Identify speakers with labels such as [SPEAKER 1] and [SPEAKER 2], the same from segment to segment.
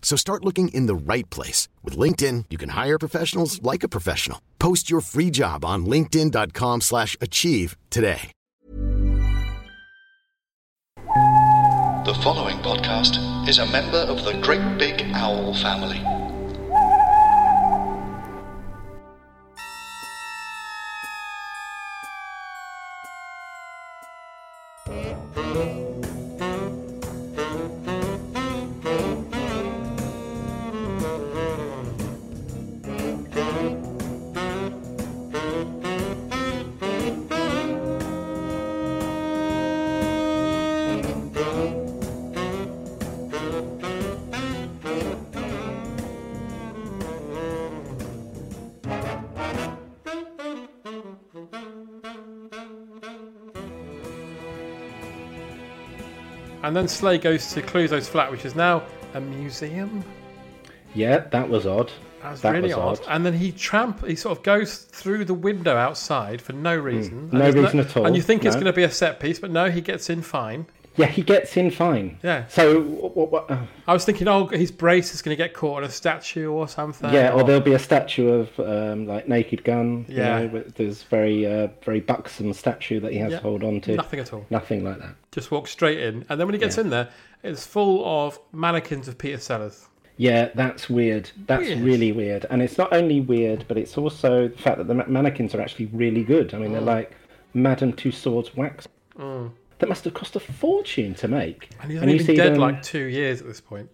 [SPEAKER 1] So start looking in the right place. With LinkedIn, you can hire professionals like a professional. Post your free job on linkedin.com/achieve slash achieve today.
[SPEAKER 2] The following podcast is a member of the Great Big Owl family.
[SPEAKER 3] And then Slay goes to Cluzo's flat, which is now a museum.
[SPEAKER 4] Yeah, that was odd.
[SPEAKER 3] That's really odd. And then he tramp, he sort of goes through the window outside for no reason.
[SPEAKER 4] Hmm. No
[SPEAKER 3] And there's
[SPEAKER 4] reason at all,
[SPEAKER 3] And you think it's
[SPEAKER 4] no.
[SPEAKER 3] going to be a set piece, but no, he gets in fine.
[SPEAKER 4] Yeah, he gets in fine.
[SPEAKER 3] Yeah.
[SPEAKER 4] So, what, what, uh,
[SPEAKER 3] I was thinking, oh, his brace is going to get caught on a statue or something.
[SPEAKER 4] yeah, or there'll be a statue of um, like Naked Gun. you
[SPEAKER 3] Yeah.
[SPEAKER 4] know, with this very, uh, very buxom statue that he has
[SPEAKER 3] Yeah.
[SPEAKER 4] to hold on to.
[SPEAKER 3] Nothing at all.
[SPEAKER 4] Nothing like that.
[SPEAKER 3] Just walks straight in. And then when he gets in there, it's full of mannequins of Peter Sellers.
[SPEAKER 4] Yeah, that's weird. That's
[SPEAKER 3] Weird.
[SPEAKER 4] really weird. And it's not only weird, but it's also the fact that the ma- mannequins are actually really good. I mean,
[SPEAKER 3] Mm.
[SPEAKER 4] they're like Madame Tussauds wax. That must have cost a fortune to make.
[SPEAKER 3] And he's only been dead
[SPEAKER 4] them-
[SPEAKER 3] like two years at this point.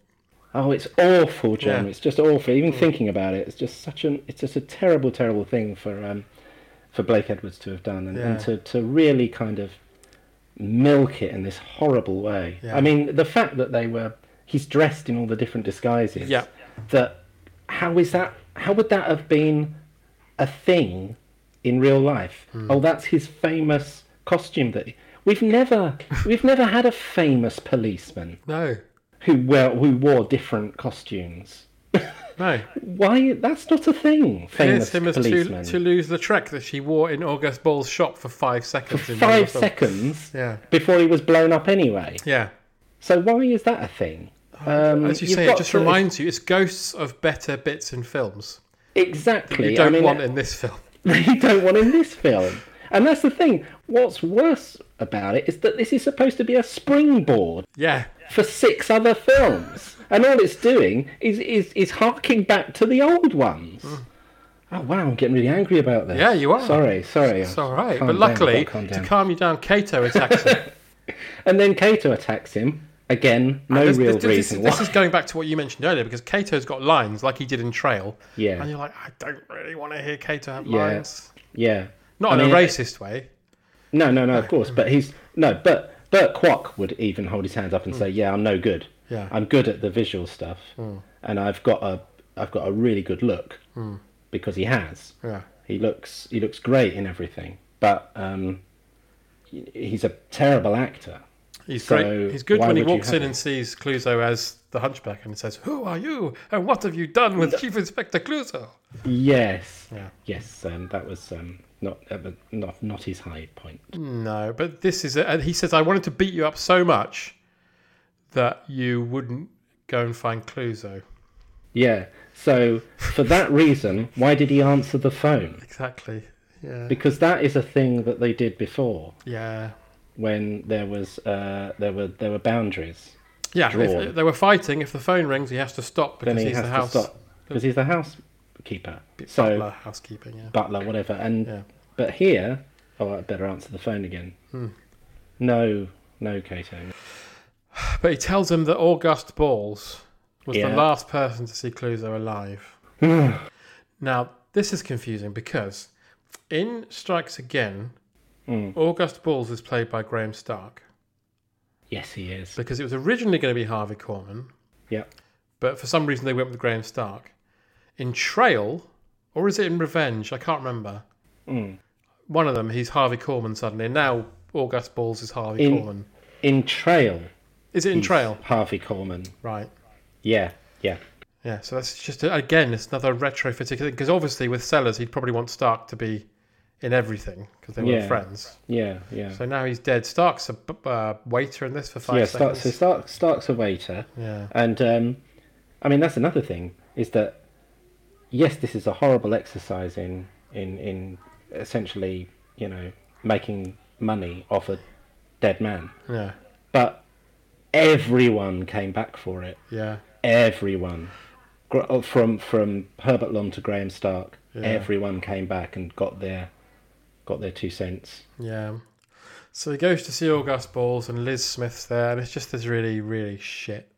[SPEAKER 4] Oh, it's awful, Jim.
[SPEAKER 3] Yeah. Mm.
[SPEAKER 4] It's just awful. Even thinking about it, it's just such an it's just a terrible, terrible thing for um, for Blake Edwards to have done, and, and
[SPEAKER 3] Yeah.
[SPEAKER 4] to to really kind of milk it in this horrible way.
[SPEAKER 3] Yeah.
[SPEAKER 4] I mean, the fact that they were he's dressed in all the different disguises.
[SPEAKER 3] Yeah.
[SPEAKER 4] That how is that? How would that have been a thing in real life?
[SPEAKER 3] Hmm.
[SPEAKER 4] Oh, that's his famous costume that. We've never, we've never had a famous policeman
[SPEAKER 3] No,
[SPEAKER 4] who wear, who wore different costumes.
[SPEAKER 3] no.
[SPEAKER 4] Why? That's not a thing.
[SPEAKER 3] Here's
[SPEAKER 4] Famous
[SPEAKER 3] him as
[SPEAKER 4] policeman.
[SPEAKER 3] to, lose the trek that she wore in August Ball's shop for five seconds. in one
[SPEAKER 4] Five
[SPEAKER 3] of the-
[SPEAKER 4] seconds
[SPEAKER 3] Yeah.
[SPEAKER 4] before he was blown up anyway.
[SPEAKER 3] Yeah.
[SPEAKER 4] So why is that a thing? Um,
[SPEAKER 3] Oh, As you
[SPEAKER 4] you've
[SPEAKER 3] say, it
[SPEAKER 4] got
[SPEAKER 3] just
[SPEAKER 4] to-
[SPEAKER 3] reminds you it's ghosts of better bits in films that
[SPEAKER 4] exactly.
[SPEAKER 3] you don't
[SPEAKER 4] I mean,
[SPEAKER 3] want in this film.
[SPEAKER 4] they don't want in this film. And that's the thing. What's worse about it is that this is supposed to be a springboard
[SPEAKER 3] Yeah,
[SPEAKER 4] for six other films, and all it's doing is is is harking back to the old ones. Oh wow, I'm getting really angry about this.
[SPEAKER 3] Hmm. Yeah, you are.
[SPEAKER 4] Sorry, sorry.
[SPEAKER 3] it's all right.
[SPEAKER 4] Calm
[SPEAKER 3] but
[SPEAKER 4] down,
[SPEAKER 3] luckily,
[SPEAKER 4] I've got
[SPEAKER 3] to
[SPEAKER 4] to calm down.
[SPEAKER 3] calm you down, Kato attacks him.
[SPEAKER 4] and then Kato attacks him again. No
[SPEAKER 3] Ah, this,
[SPEAKER 4] real
[SPEAKER 3] this- this-
[SPEAKER 4] reason
[SPEAKER 3] This,
[SPEAKER 4] why.
[SPEAKER 3] is going back to what you mentioned earlier because Kato's got lines like he did in Trail.
[SPEAKER 4] Yeah.
[SPEAKER 3] And you're like, I don't really want to hear Kato have
[SPEAKER 4] Yeah.
[SPEAKER 3] lines.
[SPEAKER 4] Yeah.
[SPEAKER 3] Not
[SPEAKER 4] I
[SPEAKER 3] in
[SPEAKER 4] mean,
[SPEAKER 3] a racist way.
[SPEAKER 4] No, no, no. Of course, but he's no. But Bert Kwok would even hold his hands up and say, "Yeah, I'm no good.
[SPEAKER 3] Hmm. Yeah. Hmm.
[SPEAKER 4] I'm good at the visual stuff, and I've got a I've got a really good look because he has.
[SPEAKER 3] Yeah.
[SPEAKER 4] He looks he looks great in everything, but um, he- he's a terrible actor.
[SPEAKER 3] He's
[SPEAKER 4] So,
[SPEAKER 3] great. He's good
[SPEAKER 4] why
[SPEAKER 3] when he
[SPEAKER 4] would you
[SPEAKER 3] walks
[SPEAKER 4] have
[SPEAKER 3] in
[SPEAKER 4] it?
[SPEAKER 3] and sees Cluzo as the hunchback and says, Who are you? And what have you done with Chief Inspector Cluzo?
[SPEAKER 4] Yes,
[SPEAKER 3] Yeah.
[SPEAKER 4] yes. Um, that was um, not uh, but not not his high point.
[SPEAKER 3] No, but this is it. And he says, I wanted to beat you up so much that you wouldn't go and find Cluzo.
[SPEAKER 4] Yeah. So for that reason, why did he answer the phone?
[SPEAKER 3] Exactly. Yeah.
[SPEAKER 4] because that is a thing that they did before
[SPEAKER 3] Yeah.
[SPEAKER 4] when there was uh, there were there were boundaries.
[SPEAKER 3] Yeah.
[SPEAKER 4] Drawn.
[SPEAKER 3] If they were fighting, if the phone rings, he has to stop because
[SPEAKER 4] Then he
[SPEAKER 3] he's
[SPEAKER 4] has
[SPEAKER 3] the
[SPEAKER 4] to
[SPEAKER 3] house
[SPEAKER 4] stop because he's the housekeeper. So
[SPEAKER 3] butler, housekeeping. Yeah.
[SPEAKER 4] butler, whatever. And
[SPEAKER 3] Yeah.
[SPEAKER 4] but here, oh, I better answer the phone again.
[SPEAKER 3] Hmm.
[SPEAKER 4] No, no, Kato.
[SPEAKER 3] But he tells him that August Balls was
[SPEAKER 4] Yeah.
[SPEAKER 3] the last person to see Cluzo alive. now, this is confusing because in Strikes Again,
[SPEAKER 4] Mm.
[SPEAKER 3] August Balls is played by Graham Stark
[SPEAKER 4] Yes, he is.
[SPEAKER 3] because it was originally going to be Harvey Corman,
[SPEAKER 4] Yeah,
[SPEAKER 3] but for some reason they went with Graham Stark. In Trail, or is it in Revenge? I can't remember.
[SPEAKER 4] Mm.
[SPEAKER 3] One of them, he's Harvey Corman suddenly. and Now August Balls is Harvey
[SPEAKER 4] In-
[SPEAKER 3] Corman.
[SPEAKER 4] in Trail.
[SPEAKER 3] Is it in
[SPEAKER 4] he's
[SPEAKER 3] Trail?
[SPEAKER 4] Harvey Coleman.
[SPEAKER 3] Right.
[SPEAKER 4] Yeah, yeah.
[SPEAKER 3] Yeah, so that's just again, it's another retrofitting thing because obviously with Sellers, he'd probably want Stark to be in everything because they were
[SPEAKER 4] Yeah.
[SPEAKER 3] friends.
[SPEAKER 4] Yeah, yeah.
[SPEAKER 3] So now he's dead. Stark's a b- uh, waiter in this for five
[SPEAKER 4] yeah, Stark,
[SPEAKER 3] seconds.
[SPEAKER 4] so Stark, Stark's a waiter.
[SPEAKER 3] Yeah.
[SPEAKER 4] And um, I mean, that's another thing is that yes, this is a horrible exercise in in in essentially you know making money off a dead man,
[SPEAKER 3] yeah,
[SPEAKER 4] but everyone came back for it.
[SPEAKER 3] yeah,
[SPEAKER 4] Everyone. Gr- oh, From from Herbert Lom to Graham Stark, everyone came back and got their got their two cents.
[SPEAKER 3] yeah. So he goes to see August Balls and Liz Smith's there, and it's just this really, really shit.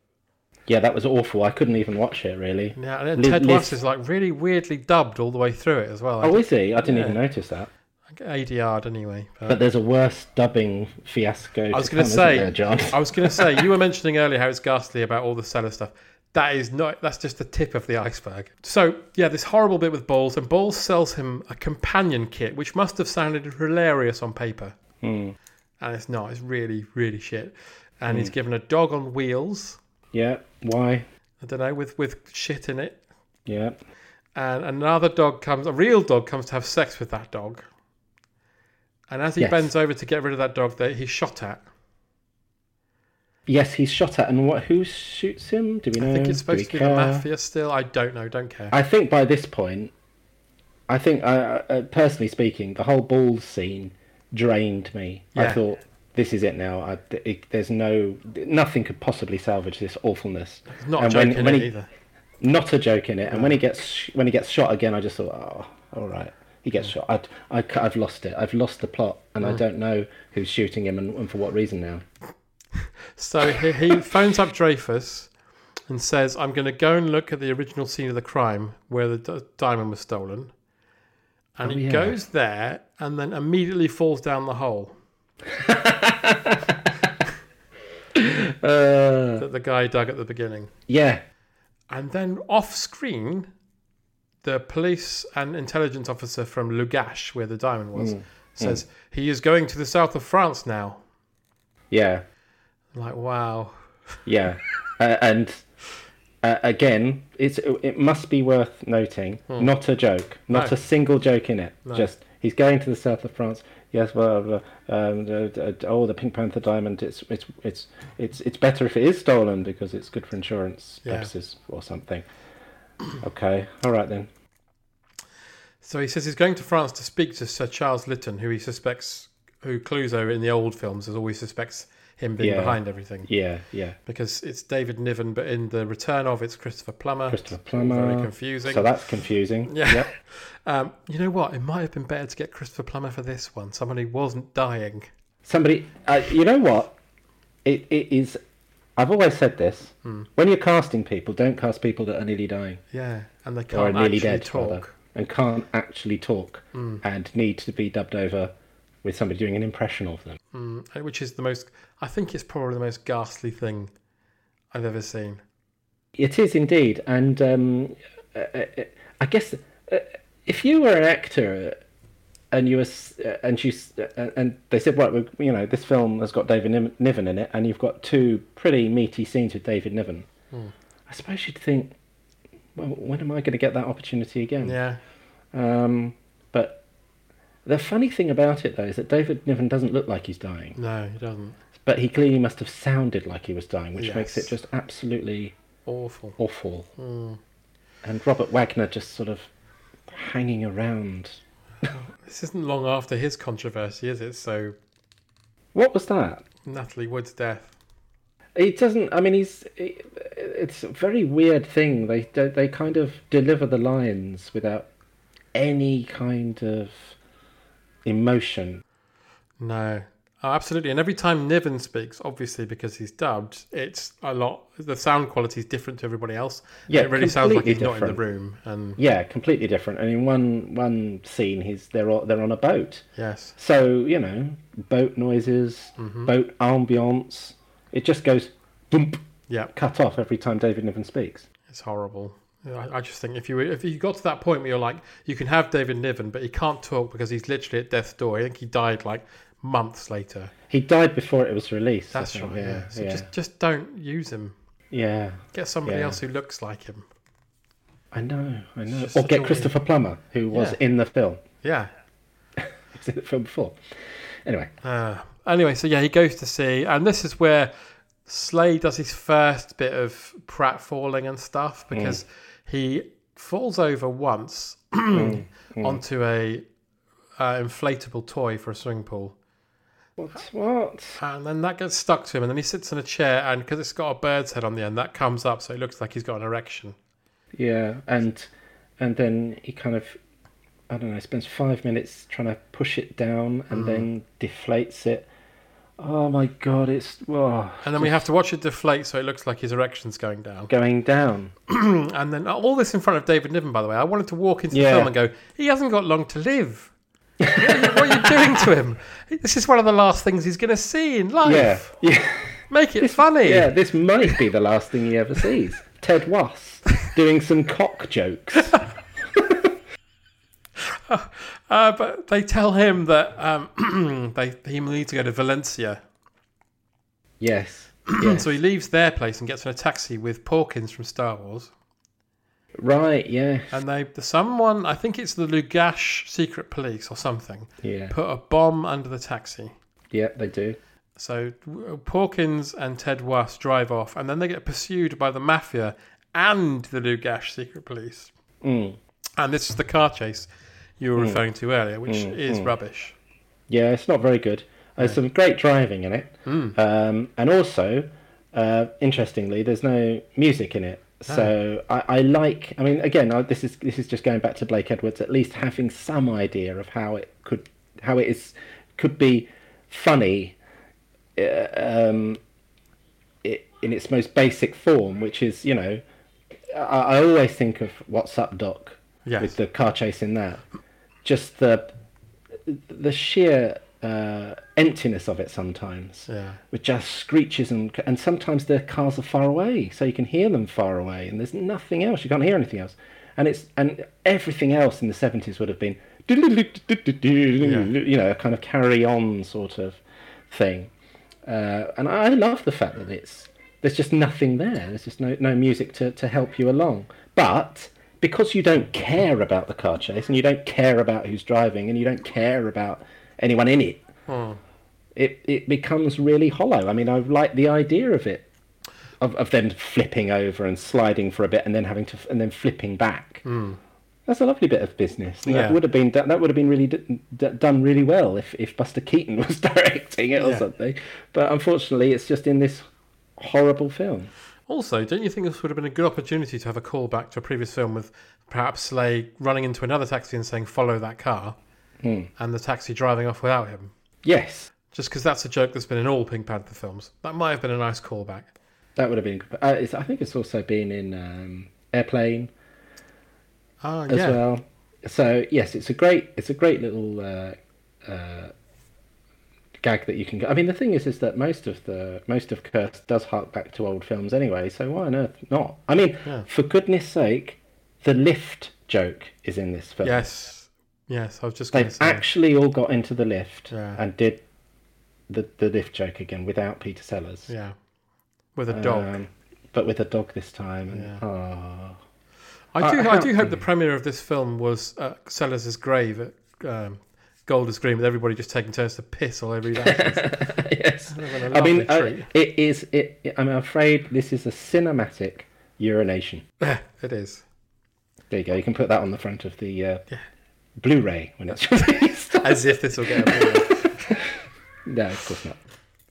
[SPEAKER 4] Yeah, that was awful. I couldn't even watch it really.
[SPEAKER 3] Yeah, and then
[SPEAKER 4] Liz-
[SPEAKER 3] Ted
[SPEAKER 4] Liz-
[SPEAKER 3] Lass is like really weirdly dubbed all the way through it as well.
[SPEAKER 4] Oh, is he? I didn't even notice that.
[SPEAKER 3] ADR'd anyway. but-
[SPEAKER 4] But there's a worse dubbing fiasco.
[SPEAKER 3] I was
[SPEAKER 4] going to
[SPEAKER 3] going
[SPEAKER 4] come,
[SPEAKER 3] to
[SPEAKER 4] isn't
[SPEAKER 3] say,
[SPEAKER 4] there, John.
[SPEAKER 3] I was going to say, you were mentioning earlier how it's ghastly about all the seller stuff. That is not. That's just the tip of the iceberg. So yeah, this horrible bit with Balls, and Balls sells him a companion kit, which must have sounded hilarious on paper,
[SPEAKER 4] Hmm.
[SPEAKER 3] and it's not. It's really, really shit. And
[SPEAKER 4] Hmm.
[SPEAKER 3] he's given a dog on wheels.
[SPEAKER 4] Yeah. Why?
[SPEAKER 3] I don't know, with with shit in it.
[SPEAKER 4] Yeah.
[SPEAKER 3] And another dog comes, a real dog comes to have sex with that dog. And as he
[SPEAKER 4] Yes.
[SPEAKER 3] bends over to get rid of that dog, that he's shot at.
[SPEAKER 4] Yes, he's shot at, and what? Who shoots him? Do we know?
[SPEAKER 3] I think it's
[SPEAKER 4] Do we
[SPEAKER 3] supposed to be the
[SPEAKER 4] care?
[SPEAKER 3] mafia still. I don't know. Don't care.
[SPEAKER 4] I think by this point, I think, uh, uh, personally speaking, the whole ball scene drained me. I
[SPEAKER 3] Yeah.
[SPEAKER 4] thought this is it now. I, it, there's no nothing could possibly salvage this awfulness.
[SPEAKER 3] Not
[SPEAKER 4] And when-
[SPEAKER 3] joking
[SPEAKER 4] when
[SPEAKER 3] it
[SPEAKER 4] he-
[SPEAKER 3] either.
[SPEAKER 4] not a joke in it. And when he gets sh- when he gets shot again, I just thought, oh, all right, he gets shot. I'd, I, would i have lost it. I've lost the plot, and
[SPEAKER 3] Mm.
[SPEAKER 4] I don't know who's shooting him and, and for what reason now.
[SPEAKER 3] So he, he phones up Dreyfus and says, "I'm going to go and look at the original scene of the crime where the d- diamond was stolen." And he
[SPEAKER 4] Oh, yeah.
[SPEAKER 3] goes there and then immediately falls down the hole
[SPEAKER 4] Uh,
[SPEAKER 3] that the guy dug at the beginning.
[SPEAKER 4] yeah,
[SPEAKER 3] And then off screen, the police and intelligence officer from Lugash, where the diamond was,
[SPEAKER 4] Hmm.
[SPEAKER 3] says he is going to the south of France now.
[SPEAKER 4] yeah,
[SPEAKER 3] I'm like, wow.
[SPEAKER 4] yeah, uh, and. Uh, again, it's it must be worth noting. Not a joke, not
[SPEAKER 3] Hmm. No.
[SPEAKER 4] a single joke in it. Just he's going to the south of France. Yes, well, blah, um, uh, uh, oh, the Pink Panther diamond. It's it's it's it's it's better if it is stolen because it's good for insurance
[SPEAKER 3] Yeah.
[SPEAKER 4] purposes or something. Okay, all right then.
[SPEAKER 3] So he says he's going to France to speak to Sir Charles Lytton, who he suspects, who Cluzo in the old films has always suspects him being
[SPEAKER 4] Yeah.
[SPEAKER 3] behind everything.
[SPEAKER 4] Yeah, yeah.
[SPEAKER 3] Because it's David Niven, but in the return of it's Christopher Plummer.
[SPEAKER 4] Christopher
[SPEAKER 3] It's all
[SPEAKER 4] Plummer.
[SPEAKER 3] Very confusing.
[SPEAKER 4] So that's confusing.
[SPEAKER 3] yeah. Um, you know what? It might have been better to get Christopher Plummer for this one. Someone who wasn't dying.
[SPEAKER 4] Somebody, uh, you know what? It it is. I've always said this.
[SPEAKER 3] Hmm.
[SPEAKER 4] When you're casting people, don't cast people that are nearly dying.
[SPEAKER 3] Yeah. And they
[SPEAKER 4] or are
[SPEAKER 3] can't
[SPEAKER 4] nearly
[SPEAKER 3] actually
[SPEAKER 4] dead
[SPEAKER 3] talk. Hmm.
[SPEAKER 4] rather, and can't actually talk and need to be dubbed over with somebody doing an impression of them.
[SPEAKER 3] Uh, Which is the most, I think it's probably the most ghastly thing I've ever seen.
[SPEAKER 4] It is indeed, and um, uh, uh, I guess uh, if you were an actor and you were, s- uh, and you s- uh, and they said, right, we- you know, this film has got David Niv- Niven in it, and you've got two pretty meaty scenes with David Niven.
[SPEAKER 3] Hmm.
[SPEAKER 4] I suppose you'd think, well, when am I going to get that opportunity again?
[SPEAKER 3] Yeah.
[SPEAKER 4] Um, but the funny thing about it, though, is that David Niven doesn't look like he's dying,
[SPEAKER 3] No, it doesn't.
[SPEAKER 4] but he clearly must have sounded like he was dying, which makes it
[SPEAKER 3] Yes.
[SPEAKER 4] just absolutely
[SPEAKER 3] Awful.
[SPEAKER 4] awful. And Robert Wagner just sort of hanging around
[SPEAKER 3] This isn't long after his controversy, is it? So
[SPEAKER 4] What was that?
[SPEAKER 3] Natalie Wood's death.
[SPEAKER 4] It doesn't. I mean, he's. It, it's a very weird thing. They they they kind of deliver the lines without any kind of emotion.
[SPEAKER 3] No, Oh, absolutely. And every time Niven speaks, obviously because he's dubbed, it's a lot. The sound quality is different to everybody else.
[SPEAKER 4] Yeah,
[SPEAKER 3] it really sounds like he's
[SPEAKER 4] completely
[SPEAKER 3] not in the
[SPEAKER 4] different.
[SPEAKER 3] room. And
[SPEAKER 4] Yeah, completely different. And in one one scene, he's they're on, they're on a boat.
[SPEAKER 3] yes,
[SPEAKER 4] So you know, boat noises, boat ambiance. It just goes boom,
[SPEAKER 3] yeah,
[SPEAKER 4] cut off every time David Niven speaks.
[SPEAKER 3] it's horrible. I, I just think if you were- if you got to that point where you're like, you can have David Niven, but he can't talk because he's literally at death's door. I think he died like months later.
[SPEAKER 4] He died before it was released. I
[SPEAKER 3] That's
[SPEAKER 4] think.
[SPEAKER 3] right. Yeah. So
[SPEAKER 4] yeah,
[SPEAKER 3] just just don't use him.
[SPEAKER 4] yeah.
[SPEAKER 3] Get somebody
[SPEAKER 4] Yeah.
[SPEAKER 3] else who looks like him.
[SPEAKER 4] I know, I know.
[SPEAKER 3] just
[SPEAKER 4] Or
[SPEAKER 3] such a
[SPEAKER 4] get
[SPEAKER 3] weird-
[SPEAKER 4] Christopher Plummer, who was
[SPEAKER 3] Yeah.
[SPEAKER 4] in the film.
[SPEAKER 3] Yeah.
[SPEAKER 4] He's in the film before. Anyway,
[SPEAKER 3] Uh, anyway, so yeah, he goes to sea, and this is where Slade does his first bit of pratfalling and stuff because he falls over once onto a uh, inflatable toy for a swimming pool,
[SPEAKER 4] what? What?
[SPEAKER 3] and then that gets stuck to him, and then he sits in a chair, and because it's got a bird's head on the end, that comes up, so it looks like he's got an erection.
[SPEAKER 4] Yeah, and and then he kind of, I don't know, spends five minutes trying to push it down
[SPEAKER 3] Mm.
[SPEAKER 4] and then deflates it. Oh my god, it's oh,
[SPEAKER 3] And then we have to watch it deflate, so it looks like his erection's going down.
[SPEAKER 4] going down.
[SPEAKER 3] And then all this in front of David Niven, by the way. I wanted to walk into the
[SPEAKER 4] Yeah.
[SPEAKER 3] film and go, he hasn't got long to live. what are you doing to him? This is one of the last things he's going to see in life.
[SPEAKER 4] Yeah, yeah,
[SPEAKER 3] Make it funny.
[SPEAKER 4] yeah. This might be the last thing he ever sees. Ted Wass doing some cock jokes.
[SPEAKER 3] Uh, but they tell him that um, they, he needs to go to Valencia.
[SPEAKER 4] Yes, yes.
[SPEAKER 3] So he leaves their place and gets in a taxi with Porkins from Star Wars.
[SPEAKER 4] right. Yeah,
[SPEAKER 3] And they, someone, I think it's the Lugash secret police or something,
[SPEAKER 4] yeah,
[SPEAKER 3] put a bomb under the taxi.
[SPEAKER 4] yeah. They do.
[SPEAKER 3] So w- Porkins and Ted Wass drive off, and then they get pursued by the mafia and the Lugash secret police.
[SPEAKER 4] Mm.
[SPEAKER 3] And this is the car chase you were referring to earlier, which
[SPEAKER 4] Mm,
[SPEAKER 3] is rubbish.
[SPEAKER 4] Yeah, it's not very good. There's some great driving in it, um, and also, uh, interestingly, there's no music in it. So I, I like. I mean, again, I, this is this is just going back to Blake Edwards. At least having some idea of how it could, how it is, could be funny, uh, um, i in its most basic form, which is you know, I, I always think of What's Up Doc
[SPEAKER 3] Yes.
[SPEAKER 4] with the car chase in that. Just the the sheer uh, emptiness of it sometimes,
[SPEAKER 3] Yeah.
[SPEAKER 4] with just screeches and and sometimes the cars are far away, so you can hear them far away, and there's nothing else. You can't hear anything else, and it's and everything else in the seventies would have been, you know, a kind of carry on sort of thing, uh, and I love the fact that it's there's just nothing there. There's just no no music to to help you along, but because you don't care about the car chase and you don't care about who's driving and you don't care about anyone in it, it it becomes really hollow. I mean, I like the idea of it, of of them flipping over and sliding for a bit and then having to and then flipping back. That's a lovely bit of business.
[SPEAKER 3] Hmm.
[SPEAKER 4] And
[SPEAKER 3] Yeah.
[SPEAKER 4] That would have been that, that would have been really d- d- done really well if if Buster Keaton was directing it or
[SPEAKER 3] Yeah.
[SPEAKER 4] something. But unfortunately, it's just in this horrible film.
[SPEAKER 3] Also, don't you think this would have been a good opportunity to have a callback to a previous film with perhaps Slade running into another taxi and saying, follow that car,
[SPEAKER 4] Mm.
[SPEAKER 3] and the taxi driving off without him?
[SPEAKER 4] Yes,
[SPEAKER 3] Just because that's a joke that's been in all Pink Panther films. That might have been a nice callback.
[SPEAKER 4] that would have been. good. Uh, it's, I think it's also been in um, Airplane.
[SPEAKER 3] Ah,
[SPEAKER 4] as
[SPEAKER 3] yeah.
[SPEAKER 4] well. So yes, it's a great it's a great little uh, uh, gag that you can. I mean, the thing is, is that most of the most of Curse does hark back to old films anyway. So why on earth not? I mean,
[SPEAKER 3] Yeah.
[SPEAKER 4] for goodness' sake, the lift joke is in this film.
[SPEAKER 3] Yes. Yes, I was just going to
[SPEAKER 4] They've
[SPEAKER 3] say.
[SPEAKER 4] actually all got into the lift
[SPEAKER 3] Yeah.
[SPEAKER 4] and did the the lift joke again without Peter Sellers.
[SPEAKER 3] yeah. With a dog.
[SPEAKER 4] Um, but with a dog this time. And,
[SPEAKER 3] Yeah.
[SPEAKER 4] oh.
[SPEAKER 3] I do,
[SPEAKER 4] Uh,
[SPEAKER 3] I
[SPEAKER 4] how-
[SPEAKER 3] do hope the premiere of this film was uh, Sellers' grave at um, Golders Green, with everybody just taking turns to piss all over each other.
[SPEAKER 4] yes.
[SPEAKER 3] been a
[SPEAKER 4] I mean,
[SPEAKER 3] lovely
[SPEAKER 4] uh,
[SPEAKER 3] treat.
[SPEAKER 4] it is. It, it- I'm afraid this is a cinematic urination.
[SPEAKER 3] it is.
[SPEAKER 4] There you go. You can put that on the front of the uh, Blu-ray when it's released.
[SPEAKER 3] As if this will get a
[SPEAKER 4] no, of course not.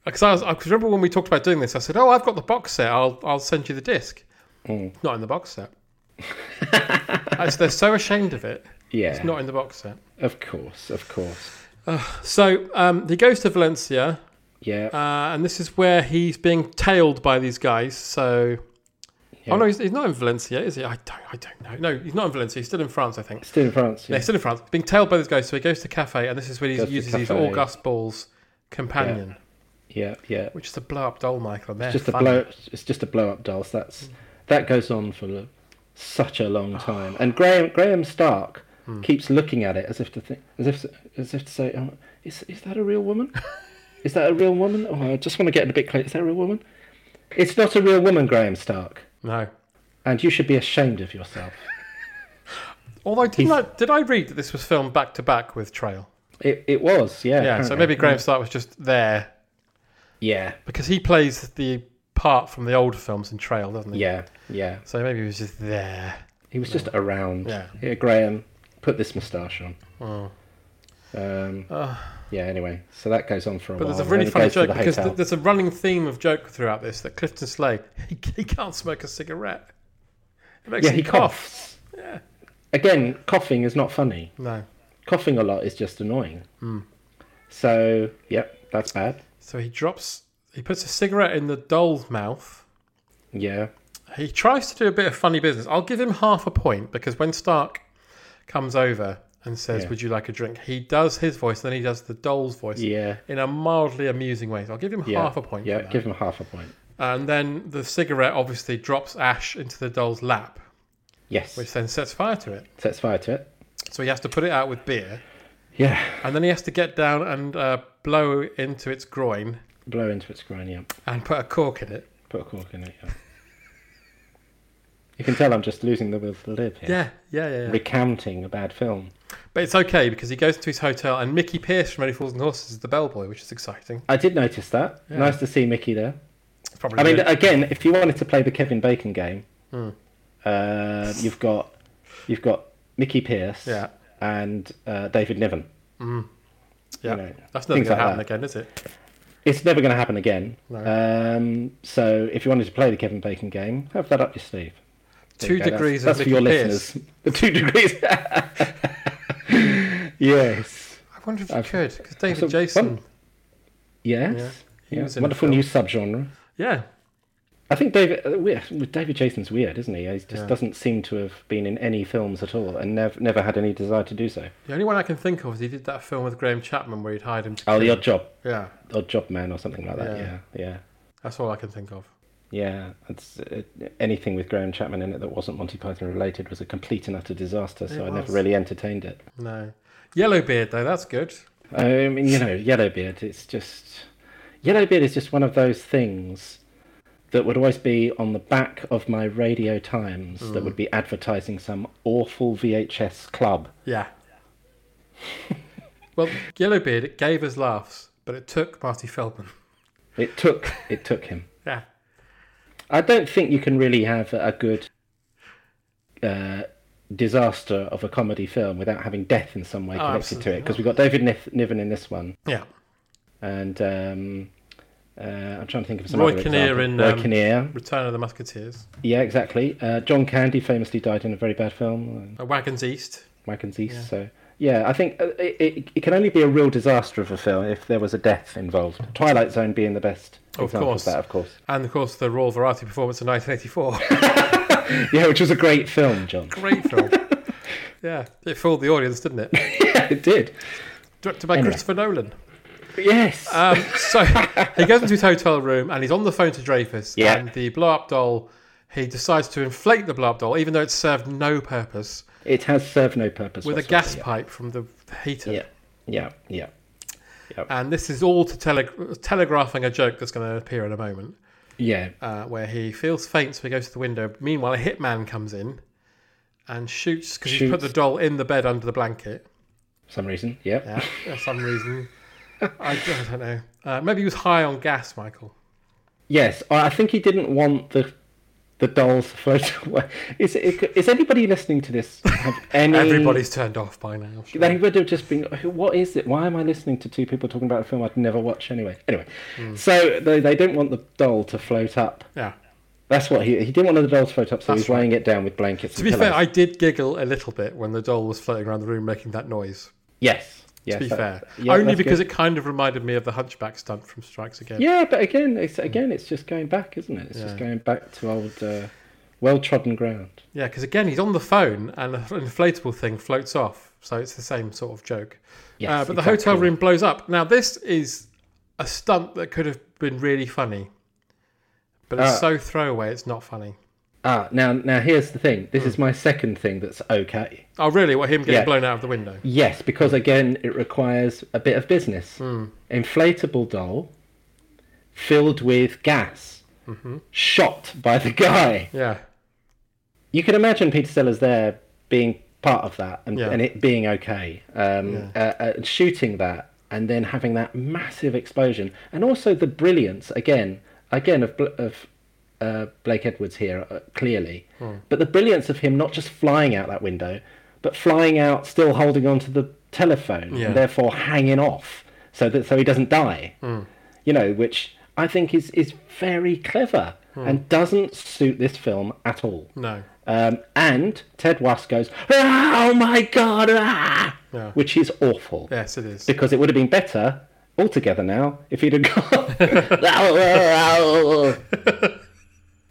[SPEAKER 3] Because I, was- I remember when we talked about doing this, I said, "Oh, I've got the box set. I'll I'll send you the disc."
[SPEAKER 4] Mm.
[SPEAKER 3] It's Not in the box set. As they're so ashamed of it.
[SPEAKER 4] Yeah,
[SPEAKER 3] It's not in the box set.
[SPEAKER 4] of course, of course.
[SPEAKER 3] So um, he goes to Valencia,
[SPEAKER 4] Yeah,
[SPEAKER 3] uh, and this is where he's being tailed by these guys. So, oh no, he's, he's not in Valencia, is he? I don't, I don't know. No, he's not in Valencia. He's still in France, I think.
[SPEAKER 4] still in France.
[SPEAKER 3] Yeah,
[SPEAKER 4] Yeah.
[SPEAKER 3] he's still in France, being tailed by these guys. So he goes to cafe, and this is where he
[SPEAKER 4] Goes to
[SPEAKER 3] uses his
[SPEAKER 4] cafe.
[SPEAKER 3] August Ball's companion,
[SPEAKER 4] yeah, yeah.
[SPEAKER 3] which is a blow up doll, Michael. And they're
[SPEAKER 4] Just a
[SPEAKER 3] funny.
[SPEAKER 4] blow. It's just a blow-up dolls. That's that goes on for lo- such a long time. And Graham Graham Stark
[SPEAKER 3] Hmm.
[SPEAKER 4] keeps looking at it as if to think, as if as if to say, oh, is is that a real woman? is that a real woman? Oh, I just want to get it a bit clear. Is that a real woman? It's not a real woman, Graham Stark.
[SPEAKER 3] No.
[SPEAKER 4] And you should be ashamed of yourself.
[SPEAKER 3] Although, didn't I, did I read that this was filmed back to back with Trail?
[SPEAKER 4] It it was, yeah.
[SPEAKER 3] Yeah, so
[SPEAKER 4] apparently.
[SPEAKER 3] maybe Graham Stark was just there
[SPEAKER 4] Yeah,
[SPEAKER 3] because he plays the part from the older films in Trail, doesn't he?
[SPEAKER 4] yeah, yeah.
[SPEAKER 3] So maybe he was just there.
[SPEAKER 4] He was just around.
[SPEAKER 3] Yeah. Oh.
[SPEAKER 4] Here, Graham, put this moustache on. Um, yeah, anyway, so that goes on for a
[SPEAKER 3] But
[SPEAKER 4] while.
[SPEAKER 3] there's a
[SPEAKER 4] and
[SPEAKER 3] really
[SPEAKER 4] then it
[SPEAKER 3] funny
[SPEAKER 4] goes to
[SPEAKER 3] joke
[SPEAKER 4] the
[SPEAKER 3] because
[SPEAKER 4] hotel.
[SPEAKER 3] th- there's a running theme of joke throughout this that Clifton Slade he, he can't smoke a cigarette. It makes
[SPEAKER 4] yeah,
[SPEAKER 3] him
[SPEAKER 4] he
[SPEAKER 3] cough.
[SPEAKER 4] coughs. Again, coughing is not funny.
[SPEAKER 3] No,
[SPEAKER 4] Coughing a lot is just annoying.
[SPEAKER 3] Hmm.
[SPEAKER 4] So, yep, that's bad.
[SPEAKER 3] so he drops. He puts a cigarette in the doll's mouth.
[SPEAKER 4] Yeah,
[SPEAKER 3] He tries to do a bit of funny business. I'll give him half a point because when Stark comes over and says,
[SPEAKER 4] Yeah.
[SPEAKER 3] "Would you like a drink?" he does his voice, then he does the doll's voice.
[SPEAKER 4] yeah,
[SPEAKER 3] in a mildly amusing way. So I'll give him
[SPEAKER 4] yeah.
[SPEAKER 3] half a point.
[SPEAKER 4] Yeah,
[SPEAKER 3] for that.
[SPEAKER 4] give him half a point.
[SPEAKER 3] And then the cigarette obviously drops ash into the doll's lap,
[SPEAKER 4] Yes,
[SPEAKER 3] which then sets fire to it.
[SPEAKER 4] sets fire to it.
[SPEAKER 3] So he has to put it out with beer,
[SPEAKER 4] Yeah,
[SPEAKER 3] and then he has to get down and uh, blow into its groin
[SPEAKER 4] blow into its groin. Yeah,
[SPEAKER 3] and put a cork in it.
[SPEAKER 4] put a cork in it. Yeah. you can tell I'm just losing the will to live here.
[SPEAKER 3] Yeah, yeah, yeah. yeah.
[SPEAKER 4] recounting a bad film.
[SPEAKER 3] But it's okay because he goes into his hotel, and Mickey Pierce from Ready Falls and Horses is the bellboy, which is exciting.
[SPEAKER 4] I did notice that. Nice to see Mickey there.
[SPEAKER 3] It's probably
[SPEAKER 4] I mean, uh,
[SPEAKER 3] really-
[SPEAKER 4] again, if you wanted to play the Kevin Bacon game,
[SPEAKER 3] Hmm.
[SPEAKER 4] uh, you've got you've got Mickey Pierce
[SPEAKER 3] Yeah.
[SPEAKER 4] and uh, David Niven.
[SPEAKER 3] yeah,
[SPEAKER 4] know,
[SPEAKER 3] that's never going
[SPEAKER 4] things
[SPEAKER 3] to
[SPEAKER 4] like
[SPEAKER 3] happen
[SPEAKER 4] that.
[SPEAKER 3] again, is it?
[SPEAKER 4] It's never going to happen again. Um, so, if you wanted to play the Kevin Bacon game, have that up your sleeve. There
[SPEAKER 3] Two
[SPEAKER 4] you go, that's-
[SPEAKER 3] degrees
[SPEAKER 4] That's,
[SPEAKER 3] of
[SPEAKER 4] for
[SPEAKER 3] Mickey
[SPEAKER 4] your
[SPEAKER 3] Pierce.
[SPEAKER 4] listeners. The two degrees. yes.
[SPEAKER 3] I wonder if you
[SPEAKER 4] I've-
[SPEAKER 3] could because David
[SPEAKER 4] so-
[SPEAKER 3] Jason.
[SPEAKER 4] Yes.
[SPEAKER 3] he
[SPEAKER 4] Yeah.
[SPEAKER 3] was in a
[SPEAKER 4] Wonderful
[SPEAKER 3] film.
[SPEAKER 4] new subgenre.
[SPEAKER 3] Yeah,
[SPEAKER 4] I think David uh, we- David Jason's weird, isn't he? He just doesn't seem to have been in any films at all, and never never had any desire to do so.
[SPEAKER 3] the only one I can think of is he did that film with Graham Chapman where he'd hired him. To
[SPEAKER 4] Oh, the
[SPEAKER 3] kill.
[SPEAKER 4] Odd Job,
[SPEAKER 3] Yeah,
[SPEAKER 4] Odd Job Man, or something like that.
[SPEAKER 3] Yeah.
[SPEAKER 4] Yeah, yeah,
[SPEAKER 3] that's all I can think of.
[SPEAKER 4] yeah. It's, uh, anything with Graham Chapman in it that wasn't Monty Python related was a complete and utter disaster. So I never
[SPEAKER 3] was.
[SPEAKER 4] really entertained it.
[SPEAKER 3] No, Yellowbeard though, that's good.
[SPEAKER 4] I mean, you know, Yellowbeard. It's just Yellowbeard is just one of those things that would always be on the back of my Radio Times
[SPEAKER 3] Mm.
[SPEAKER 4] that would be advertising some awful VHS club.
[SPEAKER 3] Yeah. well, Yellowbeard it gave us laughs, but it took Marty Feldman.
[SPEAKER 4] It took it took him.
[SPEAKER 3] Yeah.
[SPEAKER 4] I don't think you can really have a good uh, disaster of a comedy film without having death in some way connected to
[SPEAKER 3] Oh, absolutely
[SPEAKER 4] it. Because we've got David Nif- Niven in this one,
[SPEAKER 3] Yeah.
[SPEAKER 4] and um, uh, I'm trying to think of some
[SPEAKER 3] Roy
[SPEAKER 4] other
[SPEAKER 3] Kinnear
[SPEAKER 4] example.
[SPEAKER 3] in,
[SPEAKER 4] Roy
[SPEAKER 3] um,
[SPEAKER 4] Kinnear.
[SPEAKER 3] Return of the Musketeers.
[SPEAKER 4] Yeah, exactly. Uh, John Candy famously died in a very bad film,
[SPEAKER 3] Uh, Wagons East.
[SPEAKER 4] uh, Wagons East. So yeah, I think uh, it, it, it can only be a real disaster of a film if there was a death involved. Twilight Zone being the best
[SPEAKER 3] Of
[SPEAKER 4] example
[SPEAKER 3] course.
[SPEAKER 4] of that, of course.
[SPEAKER 3] And of course, the Royal Variety performance in 1984.
[SPEAKER 4] Yeah, which was a great film, John.
[SPEAKER 3] Great film. Yeah, it fooled the audience, didn't it?
[SPEAKER 4] yeah, it did.
[SPEAKER 3] Directed by Christopher Nolan.
[SPEAKER 4] Yes.
[SPEAKER 3] Um, so he goes into his hotel room and he's on the phone to Dreyfus.
[SPEAKER 4] Yeah.
[SPEAKER 3] And the blow up doll, he decides to inflate the blow up doll, even though it served no purpose,
[SPEAKER 4] It has served no purpose.
[SPEAKER 3] with a
[SPEAKER 4] whatsoever,
[SPEAKER 3] gas pipe from the heater.
[SPEAKER 4] Yeah, yeah, yeah.
[SPEAKER 3] And this is all to tele- telegraphing a joke that's going to appear in a moment,
[SPEAKER 4] Yeah,
[SPEAKER 3] uh, where he feels faint, so he goes to the window. Meanwhile, a hitman comes in and shoots because he's put
[SPEAKER 4] Shoots.
[SPEAKER 3] the doll in the bed under the blanket
[SPEAKER 4] for some reason. Yeah.
[SPEAKER 3] yeah, for some reason. I, I don't know. Uh, maybe he was high on gas, Michael.
[SPEAKER 4] Yes, I I think he didn't want the the dolls float away. Is, is anybody listening to this? Have any...
[SPEAKER 3] Everybody's turned off by now. surely.
[SPEAKER 4] They would have just been, what is it? Why am I listening to two people talking about a film I'd never watch anyway? Anyway,
[SPEAKER 3] Hmm.
[SPEAKER 4] so they, they don't want the doll to float up.
[SPEAKER 3] yeah.
[SPEAKER 4] That's what he he didn't want the doll to float up, so
[SPEAKER 3] That's
[SPEAKER 4] he's laying it down with blankets.
[SPEAKER 3] To
[SPEAKER 4] and
[SPEAKER 3] be fair,
[SPEAKER 4] pillows.
[SPEAKER 3] I did giggle a little bit when the doll was floating around the room making that noise.
[SPEAKER 4] yes, yes.
[SPEAKER 3] To be
[SPEAKER 4] that-
[SPEAKER 3] fair,
[SPEAKER 4] yeah,
[SPEAKER 3] only
[SPEAKER 4] that's
[SPEAKER 3] because
[SPEAKER 4] good.
[SPEAKER 3] it kind of reminded me of the Hunchback stunt from Strikes Again.
[SPEAKER 4] Yeah, but again, it's again, it's just going back, isn't it? It's just going back to old, uh, well-trodden ground.
[SPEAKER 3] Yeah, because again, he's on the phone and an inflatable thing floats off. So it's the same sort of joke.
[SPEAKER 4] Yes,
[SPEAKER 3] uh, but the
[SPEAKER 4] exactly.
[SPEAKER 3] hotel room blows up. Now, this is a stunt that could have been really funny, but it's
[SPEAKER 4] Ah.
[SPEAKER 3] so throwaway, it's not funny.
[SPEAKER 4] Ah, now, now here's the thing. This is my second thing that's okay.
[SPEAKER 3] Oh, really? What, him getting
[SPEAKER 4] Yeah.
[SPEAKER 3] blown out of the window?
[SPEAKER 4] Yes, because again, it requires a bit of business. Inflatable doll filled with gas, shot by the guy.
[SPEAKER 3] Yeah.
[SPEAKER 4] You can imagine Peter Sellers there being part of that and,
[SPEAKER 3] Yeah.
[SPEAKER 4] and it being okay. Um, uh, uh, shooting that and then having that massive explosion. And also the brilliance, again, again of, Bl- of uh, Blake Edwards here, uh, clearly.
[SPEAKER 3] Hmm.
[SPEAKER 4] But the brilliance of him not just flying out that window, but flying out still holding onto the telephone
[SPEAKER 3] Yeah.
[SPEAKER 4] and therefore hanging off so that so he doesn't die.
[SPEAKER 3] Hmm.
[SPEAKER 4] You know, which I think is, is very clever and doesn't suit this film at all.
[SPEAKER 3] Hmm. No.
[SPEAKER 4] Um, and Ted Wass goes, "Ah, "Oh my god!" ah!"
[SPEAKER 3] Yeah.
[SPEAKER 4] which is awful
[SPEAKER 3] Yes, it is.
[SPEAKER 4] because it would have been better altogether now if he'd have "Ah, oh, gone.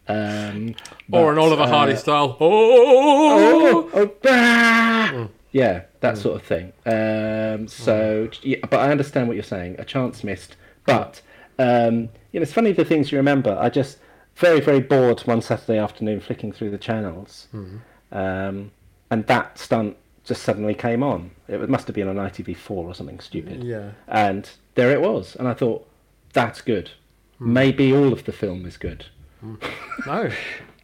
[SPEAKER 4] um,
[SPEAKER 3] or an Oliver
[SPEAKER 4] Uh.
[SPEAKER 3] Hardy style. Oh!
[SPEAKER 4] oh, oh, ah! Yeah, that sort of thing. Um, so, yeah, but I understand what you're saying. A chance missed, but um, you know, it's funny the things you remember. I just very, very bored one Saturday afternoon, flicking through the channels, um, and that stunt just suddenly came on. It must have been on ITV4 or something stupid.
[SPEAKER 3] Yeah.
[SPEAKER 4] And there it was, and I thought, that's good. Maybe all of the film is good.
[SPEAKER 3] No,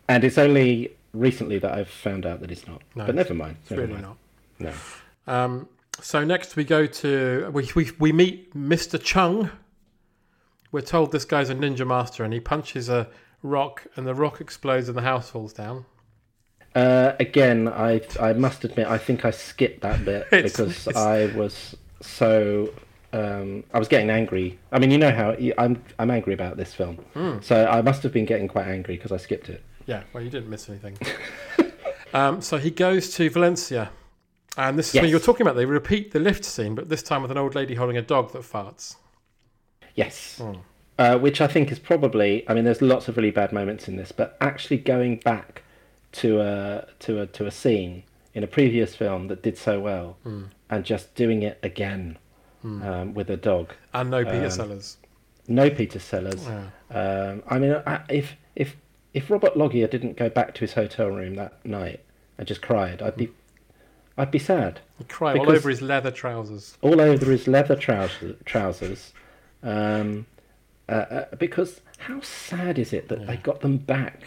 [SPEAKER 4] And it's only recently that I've found out that it's not.
[SPEAKER 3] No,
[SPEAKER 4] but never mind.
[SPEAKER 3] it's
[SPEAKER 4] never
[SPEAKER 3] really
[SPEAKER 4] mind.
[SPEAKER 3] not.
[SPEAKER 4] No.
[SPEAKER 3] Um, so next we go to we, we we meet Mr. Chung. We're told this guy's a ninja master, and he punches a rock, and the rock explodes, and the house falls down.
[SPEAKER 4] Uh, again, I I must admit, I think I skipped that bit
[SPEAKER 3] It's-
[SPEAKER 4] because
[SPEAKER 3] it's-
[SPEAKER 4] I was so um, I was getting angry. I mean, you know how I'm I'm angry about this film,
[SPEAKER 3] Hmm.
[SPEAKER 4] so I must have been getting quite angry because I skipped it.
[SPEAKER 3] Yeah, well, you didn't miss anything. um, so he goes to Valencia, and this is when
[SPEAKER 4] Yes.
[SPEAKER 3] you're talking about. They repeat the lift scene, but this time with an old lady holding a dog that farts.
[SPEAKER 4] Yes. Uh, which I think is probably. I mean, there's lots of really bad moments in this, but actually going back to a to a to a scene in a previous film that did so well, and just doing it again um, with a dog.
[SPEAKER 3] And no Peter
[SPEAKER 4] Um,
[SPEAKER 3] Sellers.
[SPEAKER 4] No Peter Sellers. Um, I mean, I, if if if Robert Loggia didn't go back to his hotel room that night and just cried, I'd be I'd be sad
[SPEAKER 3] He cried all
[SPEAKER 4] because-
[SPEAKER 3] over his leather trousers.
[SPEAKER 4] all over his leather trousers, trousers um, uh, uh, because how sad is it that they got them back?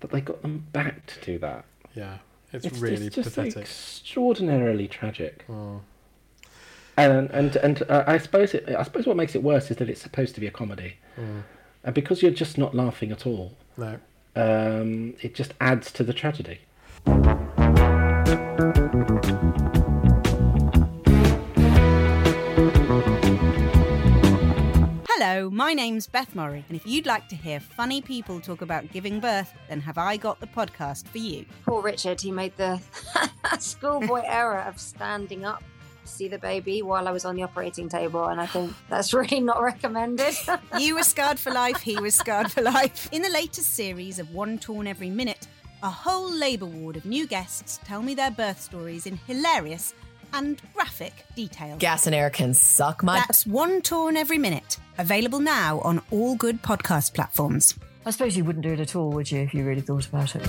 [SPEAKER 4] That they got them back to do that.
[SPEAKER 3] Yeah, it's,
[SPEAKER 4] It's
[SPEAKER 3] really
[SPEAKER 4] it's just
[SPEAKER 3] pathetic. Oh.
[SPEAKER 4] extraordinarily tragic. And and and uh, I suppose it. I suppose what makes it worse is that it's supposed to be a comedy,
[SPEAKER 3] Oh.
[SPEAKER 4] and because you're just not laughing at all,
[SPEAKER 3] No.
[SPEAKER 4] um, it just adds to the tragedy.
[SPEAKER 5] Hello, my name's Beth Murray, and if you'd like to hear funny people talk about giving birth, then have I got the podcast for you.
[SPEAKER 6] Poor Richard, he made the schoolboy error of standing up to see the baby while I was on the operating table, and I think that's really not recommended.
[SPEAKER 5] You were scarred for life, he was scarred for life. In the latest series of One Torn Every Minute, a whole labour ward of new guests tell me their birth stories in hilarious and graphic detail.
[SPEAKER 7] Gas and air can suck my.
[SPEAKER 5] That's One Torn Every Minute, available now on all good podcast platforms.
[SPEAKER 7] I suppose you wouldn't do it at all, would you, if you really thought about it?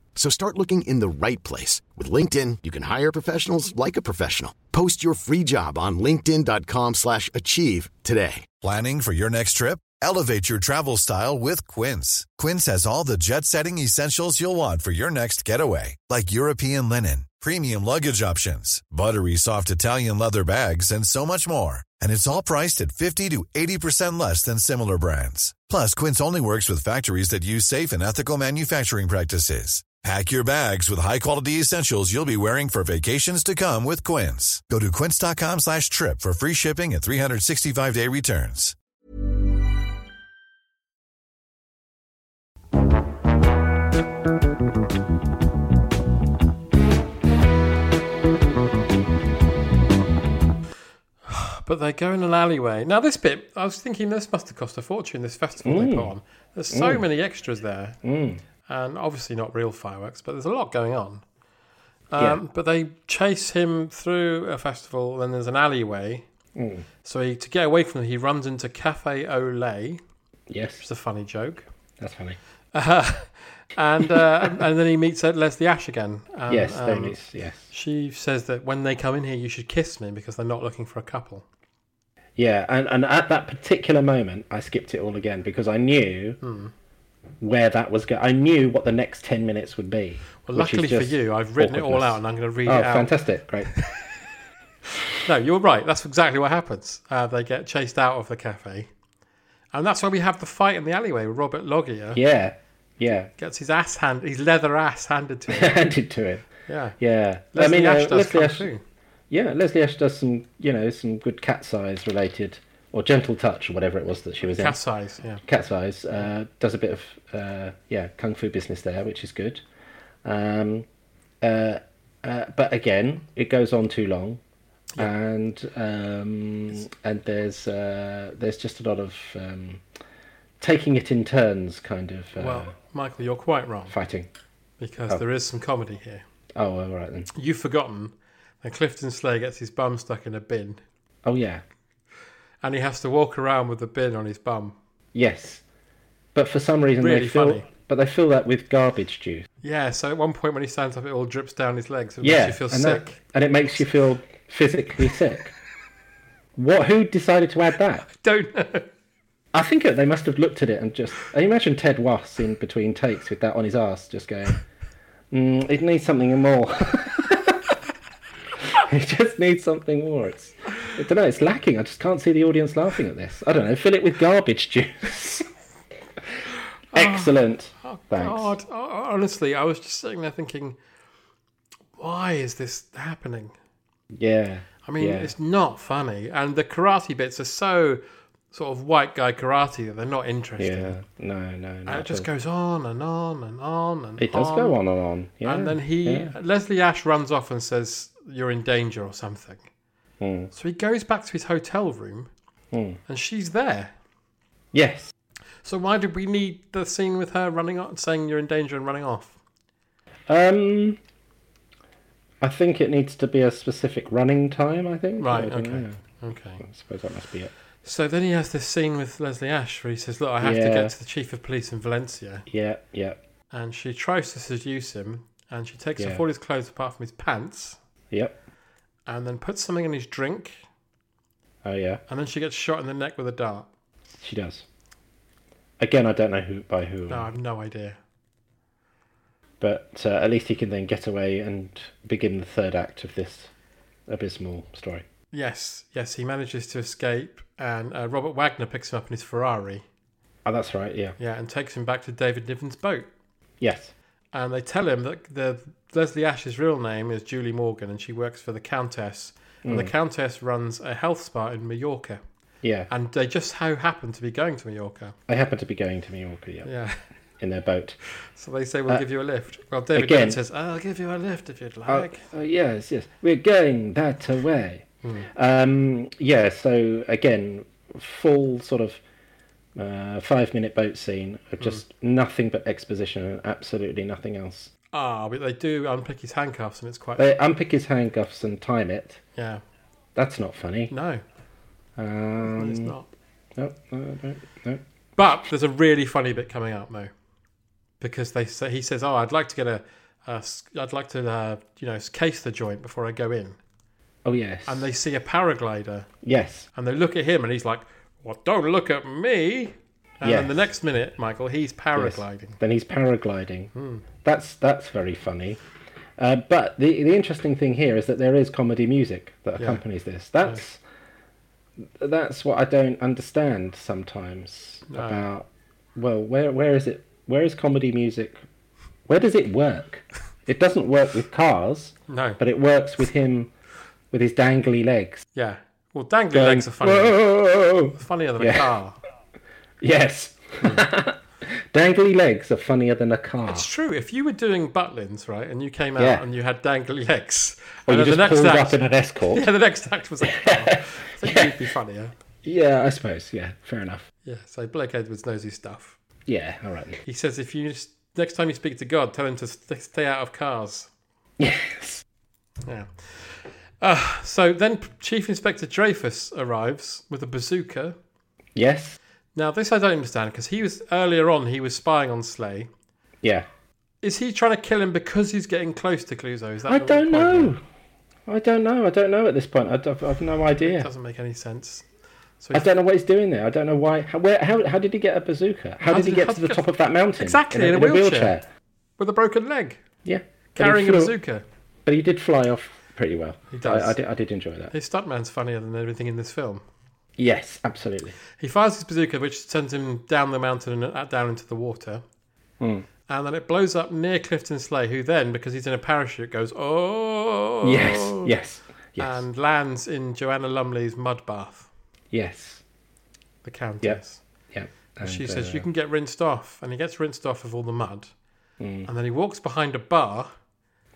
[SPEAKER 1] So start looking in the right place. With LinkedIn, you can hire professionals like a professional. Post your free job on linkedin.com/achieve slash achieve today.
[SPEAKER 8] Planning for your next trip? Elevate your travel style with Quince. Quince has all the jet setting essentials you'll want for your next getaway, like European linen, premium luggage options, buttery soft Italian leather bags, and so much more. And it's all priced at 50 to 80% less than similar brands. Plus, Quince only works with factories that use safe and ethical manufacturing practices. Pack your bags with high-quality essentials you'll be wearing for vacations to come with Quince. Go to quince.com slash trip for free shipping and 365-day returns.
[SPEAKER 3] But they go in an alleyway. Now, this bit, I was thinking this must have cost a fortune, this festival they
[SPEAKER 4] Mm.
[SPEAKER 3] put on. There's so many extras there. And obviously not real fireworks, but there's a lot going on. Um, But they chase him through a festival, and there's an alleyway.
[SPEAKER 4] Mm.
[SPEAKER 3] So he, to get away from them, he runs into Cafe Olay, which is
[SPEAKER 4] Yes,
[SPEAKER 3] a funny joke.
[SPEAKER 4] that's funny.
[SPEAKER 3] And uh, and then he meets uh, Leslie Ash again. And,
[SPEAKER 4] yes, there
[SPEAKER 3] um,
[SPEAKER 4] it is. Yes.
[SPEAKER 3] She says that when they come in here, you should kiss me because they're not looking for a couple.
[SPEAKER 4] Yeah, and, and at that particular moment, I skipped it all again because I knew
[SPEAKER 3] Hmm.
[SPEAKER 4] where that was going. I knew what the next 10 minutes would be.
[SPEAKER 3] Well,
[SPEAKER 4] which is
[SPEAKER 3] luckily for
[SPEAKER 4] just
[SPEAKER 3] you, I've written it all
[SPEAKER 4] awkwardness.
[SPEAKER 3] out and I'm going to read
[SPEAKER 4] Oh,
[SPEAKER 3] it out.
[SPEAKER 4] fantastic. Great.
[SPEAKER 3] No, you're right. That's exactly what happens. Uh, they get chased out of the cafe. And that's why we have the fight in the alleyway with Robert Loggia.
[SPEAKER 4] Yeah, yeah.
[SPEAKER 3] Gets his ass hand, his leather ass handed to him.
[SPEAKER 4] Handed to it.
[SPEAKER 3] Yeah.
[SPEAKER 4] Yeah. uh,
[SPEAKER 3] Leslie Ash does
[SPEAKER 4] Leslie
[SPEAKER 3] come
[SPEAKER 4] Ash-
[SPEAKER 3] through.
[SPEAKER 4] Yeah, Leslie Ash does some, you know, some good cat's eyes related, or gentle touch, or whatever it was that she was
[SPEAKER 3] Cat size, yeah.
[SPEAKER 4] in. Cat's eyes. Uh, does a bit of, uh, yeah, kung fu business there, which is good. Um, uh, uh, but again, it goes on too long. And um, and there's uh, there's just a lot of um, taking it in turns kind of uh, Oh.
[SPEAKER 3] Well, Michael, you're quite wrong
[SPEAKER 4] fighting.
[SPEAKER 3] because there is some comedy here.
[SPEAKER 4] Oh, all right then.
[SPEAKER 3] You've forgotten that Clifton Slay gets his bum stuck in a bin
[SPEAKER 4] Oh yeah,
[SPEAKER 3] and he has to walk around with the bin on his bum.
[SPEAKER 4] Yes, but for some reason
[SPEAKER 3] Really
[SPEAKER 4] they fill,
[SPEAKER 3] funny.
[SPEAKER 4] but they fill that with garbage juice.
[SPEAKER 3] Yeah, so at one point when he stands up, it all drips down his legs. It
[SPEAKER 4] yeah,
[SPEAKER 3] makes you feel
[SPEAKER 4] and
[SPEAKER 3] sick.
[SPEAKER 4] that- and it makes you feel physically sick. What? Who decided to add that?
[SPEAKER 3] Don't know.
[SPEAKER 4] I think it, they must have looked at it and just. I imagine Ted Wass in between takes with that on his ass, just going, mm, "It needs something more. it just needs something more. It's, I don't know. It's lacking. I just can't see the audience laughing at this. I don't know. Fill it with garbage juice. Excellent. Thanks.
[SPEAKER 3] Oh, God, ho- honestly, I was just sitting there thinking, why is this happening?
[SPEAKER 4] Yeah.
[SPEAKER 3] I mean,
[SPEAKER 4] Yeah.
[SPEAKER 3] it's not funny, and the karate bits are so sort of white guy karate that they're not interesting.
[SPEAKER 4] Yeah. No, no, no.
[SPEAKER 3] And it just goes on and on and on and
[SPEAKER 4] It does go on and on. Yeah.
[SPEAKER 3] Um, And then he
[SPEAKER 4] yeah.
[SPEAKER 3] Leslie Ash runs off and says, "You're in danger" or something.
[SPEAKER 4] Hmm.
[SPEAKER 3] So he goes back to his hotel room, and she's there.
[SPEAKER 4] Yes.
[SPEAKER 3] So why did we need the scene with her running on, saying "You're in danger" and running off?
[SPEAKER 4] Um. I think it needs to be a specific running time. I think.
[SPEAKER 3] Right.
[SPEAKER 4] I don't
[SPEAKER 3] okay.
[SPEAKER 4] know.
[SPEAKER 3] Okay.
[SPEAKER 4] I suppose that must be it.
[SPEAKER 3] So then he has this scene with Leslie Ash where he says, Look, I have to
[SPEAKER 4] Yeah.
[SPEAKER 3] get to the chief of police in Valencia.
[SPEAKER 4] Yeah. Yeah.
[SPEAKER 3] And she tries to seduce him and she takes
[SPEAKER 4] Yeah.
[SPEAKER 3] off all his clothes apart from his pants
[SPEAKER 4] Yep.
[SPEAKER 3] and then puts something in his drink
[SPEAKER 4] Oh yeah.
[SPEAKER 3] and then she gets shot in the neck with a dart.
[SPEAKER 4] She does. Again, I don't know who by who,
[SPEAKER 3] No, I have no idea.
[SPEAKER 4] but uh, at least he can then get away and begin the third act of this abysmal story.
[SPEAKER 3] Yes, yes, he manages to escape and uh, Robert Wagner picks him up in his Ferrari.
[SPEAKER 4] Oh, that's right. Yeah.
[SPEAKER 3] Yeah, and takes him back to David Niven's boat.
[SPEAKER 4] Yes.
[SPEAKER 3] and they tell him that the Leslie Ash's real name is Julie Morgan, and she works for the Countess. And
[SPEAKER 4] Hmm.
[SPEAKER 3] the Countess runs a health spa in Mallorca,
[SPEAKER 4] Yeah.
[SPEAKER 3] and they just so happen to be going to Mallorca.
[SPEAKER 4] I happen to be going to Mallorca. Yeah.
[SPEAKER 3] Yeah,
[SPEAKER 4] in their boat.
[SPEAKER 3] So they say, we'll
[SPEAKER 4] Uh,
[SPEAKER 3] give you a lift. Well, David
[SPEAKER 4] again-
[SPEAKER 3] Tennant says, I'll give you a lift if you'd like.
[SPEAKER 4] Oh, oh, yes, yes. We're going that way.
[SPEAKER 3] Hmm.
[SPEAKER 4] Um, yeah, so again, full sort of uh, five minute boat scene of
[SPEAKER 3] Hmm.
[SPEAKER 4] just nothing but exposition and absolutely nothing else.
[SPEAKER 3] Ah, but they do unpick his handcuffs and it's quite.
[SPEAKER 4] They unpick his handcuffs and time it.
[SPEAKER 3] yeah.
[SPEAKER 4] That's not funny.
[SPEAKER 3] No,
[SPEAKER 4] Um,
[SPEAKER 3] it's not.
[SPEAKER 4] No, no, no, no.
[SPEAKER 3] But there's a really funny bit coming up, Mo, because they say he says, "Oh, I'd like to get a, a s- I'd like to, uh, you know, case the joint before I go in."
[SPEAKER 4] Oh, yes.
[SPEAKER 3] And they see a paraglider,
[SPEAKER 4] Yes.
[SPEAKER 3] and they look at him, and he's like, "Well, don't look at me." And then the
[SPEAKER 4] Yes.
[SPEAKER 3] next minute, Michael, he's
[SPEAKER 4] Yes.
[SPEAKER 3] paragliding. Hmm.
[SPEAKER 4] Then he's paragliding. That's that's very funny. Uh, but the the interesting thing here is that there is comedy music that accompanies this. That's that's what I don't understand sometimes about. Well, where where is it? Where is comedy music? Where does it work? It doesn't work with cars,
[SPEAKER 3] No,
[SPEAKER 4] but it works with him, with his dangly legs.
[SPEAKER 3] yeah. Well, dangly
[SPEAKER 4] Going,
[SPEAKER 3] legs are funnier,
[SPEAKER 4] "Whoa!"
[SPEAKER 3] funnier than a
[SPEAKER 4] Yeah.
[SPEAKER 3] car.
[SPEAKER 4] Yes. dangly legs are funnier than a car.
[SPEAKER 3] Hmm. It's true. If you were doing butlins, right, and you came out
[SPEAKER 4] Yeah.
[SPEAKER 3] and you had dangly legs,
[SPEAKER 4] Or
[SPEAKER 3] and
[SPEAKER 4] you
[SPEAKER 3] then
[SPEAKER 4] just pulled up in an escort.
[SPEAKER 3] yeah, the next act was a car. I think you'd be funnier.
[SPEAKER 4] Yeah, I suppose. Yeah, fair enough.
[SPEAKER 3] Yeah, so Blake Edwards knows his stuff.
[SPEAKER 4] Yeah, all right.
[SPEAKER 3] He says if you next time you speak to God, tell him to st- stay out of cars.
[SPEAKER 4] Yes.
[SPEAKER 3] Yeah. Uh, so then P- Chief Inspector Dreyfus arrives with a bazooka.
[SPEAKER 4] Yes.
[SPEAKER 3] Now this I don't understand because he was earlier on he was spying on Slay.
[SPEAKER 4] Yeah.
[SPEAKER 3] Is he trying to kill him because he's getting close to Cluzo? Is that
[SPEAKER 4] I
[SPEAKER 3] the point?
[SPEAKER 4] don't know. I don't know. I don't know at this point. I, have I've no
[SPEAKER 3] It
[SPEAKER 4] idea.
[SPEAKER 3] doesn't make any sense. So
[SPEAKER 4] I
[SPEAKER 3] he's-
[SPEAKER 4] don't know what he's doing there. I don't know why. How, where, how, how did he get a bazooka? How, did he
[SPEAKER 3] did-
[SPEAKER 4] get
[SPEAKER 3] how
[SPEAKER 4] to the
[SPEAKER 3] did-
[SPEAKER 4] top of that mountain?
[SPEAKER 3] Exactly, in a wheelchair. with a broken leg,
[SPEAKER 4] Yeah. But he
[SPEAKER 3] carrying a
[SPEAKER 4] flew-
[SPEAKER 3] bazooka.
[SPEAKER 4] But he did fly off pretty well. He
[SPEAKER 3] does.
[SPEAKER 4] I, I, did, I did enjoy that.
[SPEAKER 3] His stuntman's funnier than everything in this film.
[SPEAKER 4] Yes, absolutely.
[SPEAKER 3] He fires his bazooka, which sends him down the mountain and uh, down into the water.
[SPEAKER 4] Hmm.
[SPEAKER 3] And then it blows up near Clifton Slay, who then, because he's in a parachute, goes, oh.
[SPEAKER 4] Yes, yes, yes,
[SPEAKER 3] And lands in Joanna Lumley's mud bath,
[SPEAKER 4] yes.
[SPEAKER 3] the countess.
[SPEAKER 4] Yeah. And,
[SPEAKER 3] She
[SPEAKER 4] uh,
[SPEAKER 3] says, You can get rinsed off. And he gets rinsed off of all the mud.
[SPEAKER 4] Mm.
[SPEAKER 3] And then he walks behind a bar,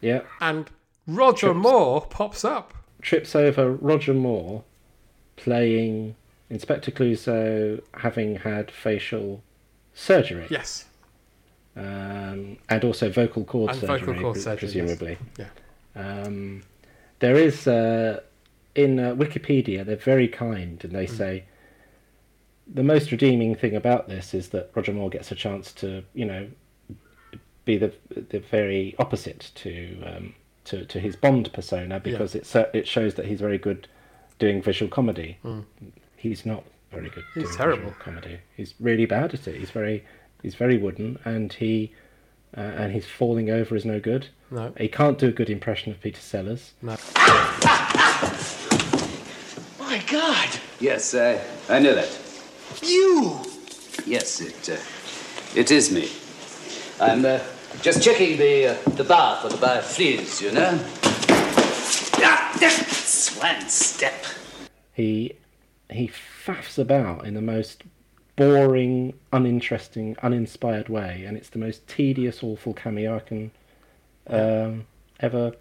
[SPEAKER 4] Yeah.
[SPEAKER 3] and Roger Moore pops up.
[SPEAKER 4] trips over Roger Moore playing Inspector Clouseau having had facial surgery
[SPEAKER 3] Yes.
[SPEAKER 4] um, and also vocal cord
[SPEAKER 3] And vocal
[SPEAKER 4] surgery,
[SPEAKER 3] cord
[SPEAKER 4] pre-
[SPEAKER 3] surgery, yes.
[SPEAKER 4] presumably.
[SPEAKER 3] Yeah.
[SPEAKER 4] Um, there is uh, in uh, Wikipedia they're very kind and
[SPEAKER 3] Hmm.
[SPEAKER 4] they say the most redeeming thing about this is that Roger Moore gets a chance to you know be the the very opposite to um, to to his Bond persona because it it it shows that he's very good doing visual comedy. He's not very good.
[SPEAKER 3] Hmm. He's
[SPEAKER 4] doing
[SPEAKER 3] terrible.
[SPEAKER 4] visual comedy. He's really bad at it. He's very he's very wooden and he. Uh, and his falling over is no good.
[SPEAKER 3] No.
[SPEAKER 4] He can't do a good impression of Peter Sellers.
[SPEAKER 9] My God!
[SPEAKER 10] Yes, I, I know that.
[SPEAKER 9] You!
[SPEAKER 10] Yes, it uh, it is me. I'm uh, just checking the uh, the bar for the bar fleas, you know.
[SPEAKER 9] Ah, that's one step.
[SPEAKER 4] He he faffs about in the most boring, uninteresting, uninspired way, and it's the most tedious, awful cameo I can um, ever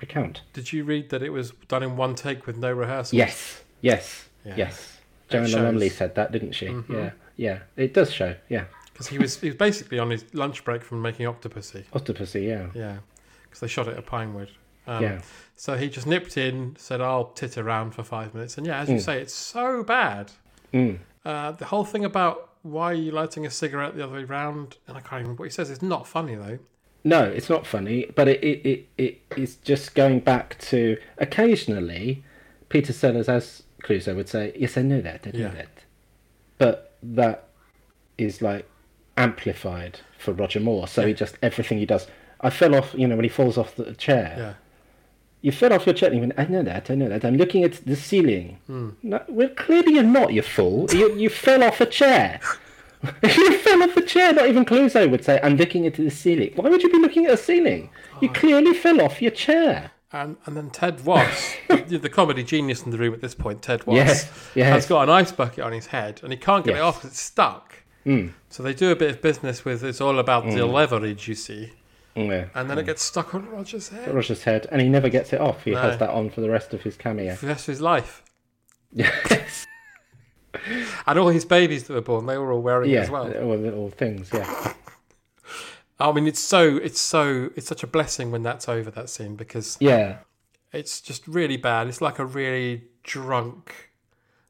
[SPEAKER 4] recount.
[SPEAKER 3] Did you read that it was done in one take with no rehearsals?
[SPEAKER 4] Yes, yes,
[SPEAKER 3] Yeah.
[SPEAKER 4] yes.
[SPEAKER 3] That
[SPEAKER 4] Joanna
[SPEAKER 3] shows. Mm-hmm.
[SPEAKER 4] Lumley said that, didn't she? Yeah, yeah. It does show. Yeah,
[SPEAKER 3] Because he was, he was basically on his lunch break from making Octopussy.
[SPEAKER 4] Octopussy. Yeah,
[SPEAKER 3] Yeah, because they shot it at Pinewood. Um,
[SPEAKER 4] Yeah.
[SPEAKER 3] So he just nipped in, said, "I'll tit around for five minutes," and yeah, as you
[SPEAKER 4] Mm.
[SPEAKER 3] say, it's so bad. Uh, the whole thing about why are you lighting a cigarette the other way round, and I can't even what he says is not funny though.
[SPEAKER 4] No, it's not funny, but it it, it, it is just going back to occasionally Peter Sellers, as Clouseau would say, yes, I know that, I know
[SPEAKER 3] Yeah.
[SPEAKER 4] that. But that is like amplified for Roger Moore. So he just, everything he does. I fell off, you know, when he falls off the chair.
[SPEAKER 3] Yeah.
[SPEAKER 4] You fell off your chair and you went, I know that, I know that. I'm looking at the ceiling.
[SPEAKER 3] Hmm.
[SPEAKER 4] No, well, clearly you're not, you fool. You, you fell off a chair. you fell off a chair. Not even Clouseau would say, I'm looking at the ceiling. Why would you be looking at a ceiling? You
[SPEAKER 3] Ah.
[SPEAKER 4] clearly fell off your chair.
[SPEAKER 3] And and then Ted Wass, the, the comedy genius in the room at this point, Ted Wass,
[SPEAKER 4] Yes, yes.
[SPEAKER 3] has got an ice bucket on his head, and he can't get it
[SPEAKER 4] Yes.
[SPEAKER 3] off 'cause it's stuck.
[SPEAKER 4] Mm.
[SPEAKER 3] So they do a bit of business with it's all about the
[SPEAKER 4] Mm.
[SPEAKER 3] leverage, you see.
[SPEAKER 4] Yeah.
[SPEAKER 3] And then it gets stuck on Roger's head
[SPEAKER 4] Roger's head, and he never gets it off. He
[SPEAKER 3] No.
[SPEAKER 4] has that on for the rest of his cameo.
[SPEAKER 3] for the rest of his life.
[SPEAKER 4] Yes.
[SPEAKER 3] and all his babies that were born, they were all wearing it
[SPEAKER 4] yeah,
[SPEAKER 3] as well.
[SPEAKER 4] all the little things. Yeah,
[SPEAKER 3] I mean, it's so it's so it's such a blessing when that's over that scene because
[SPEAKER 4] yeah,
[SPEAKER 3] it's just really bad. It's like a really drunk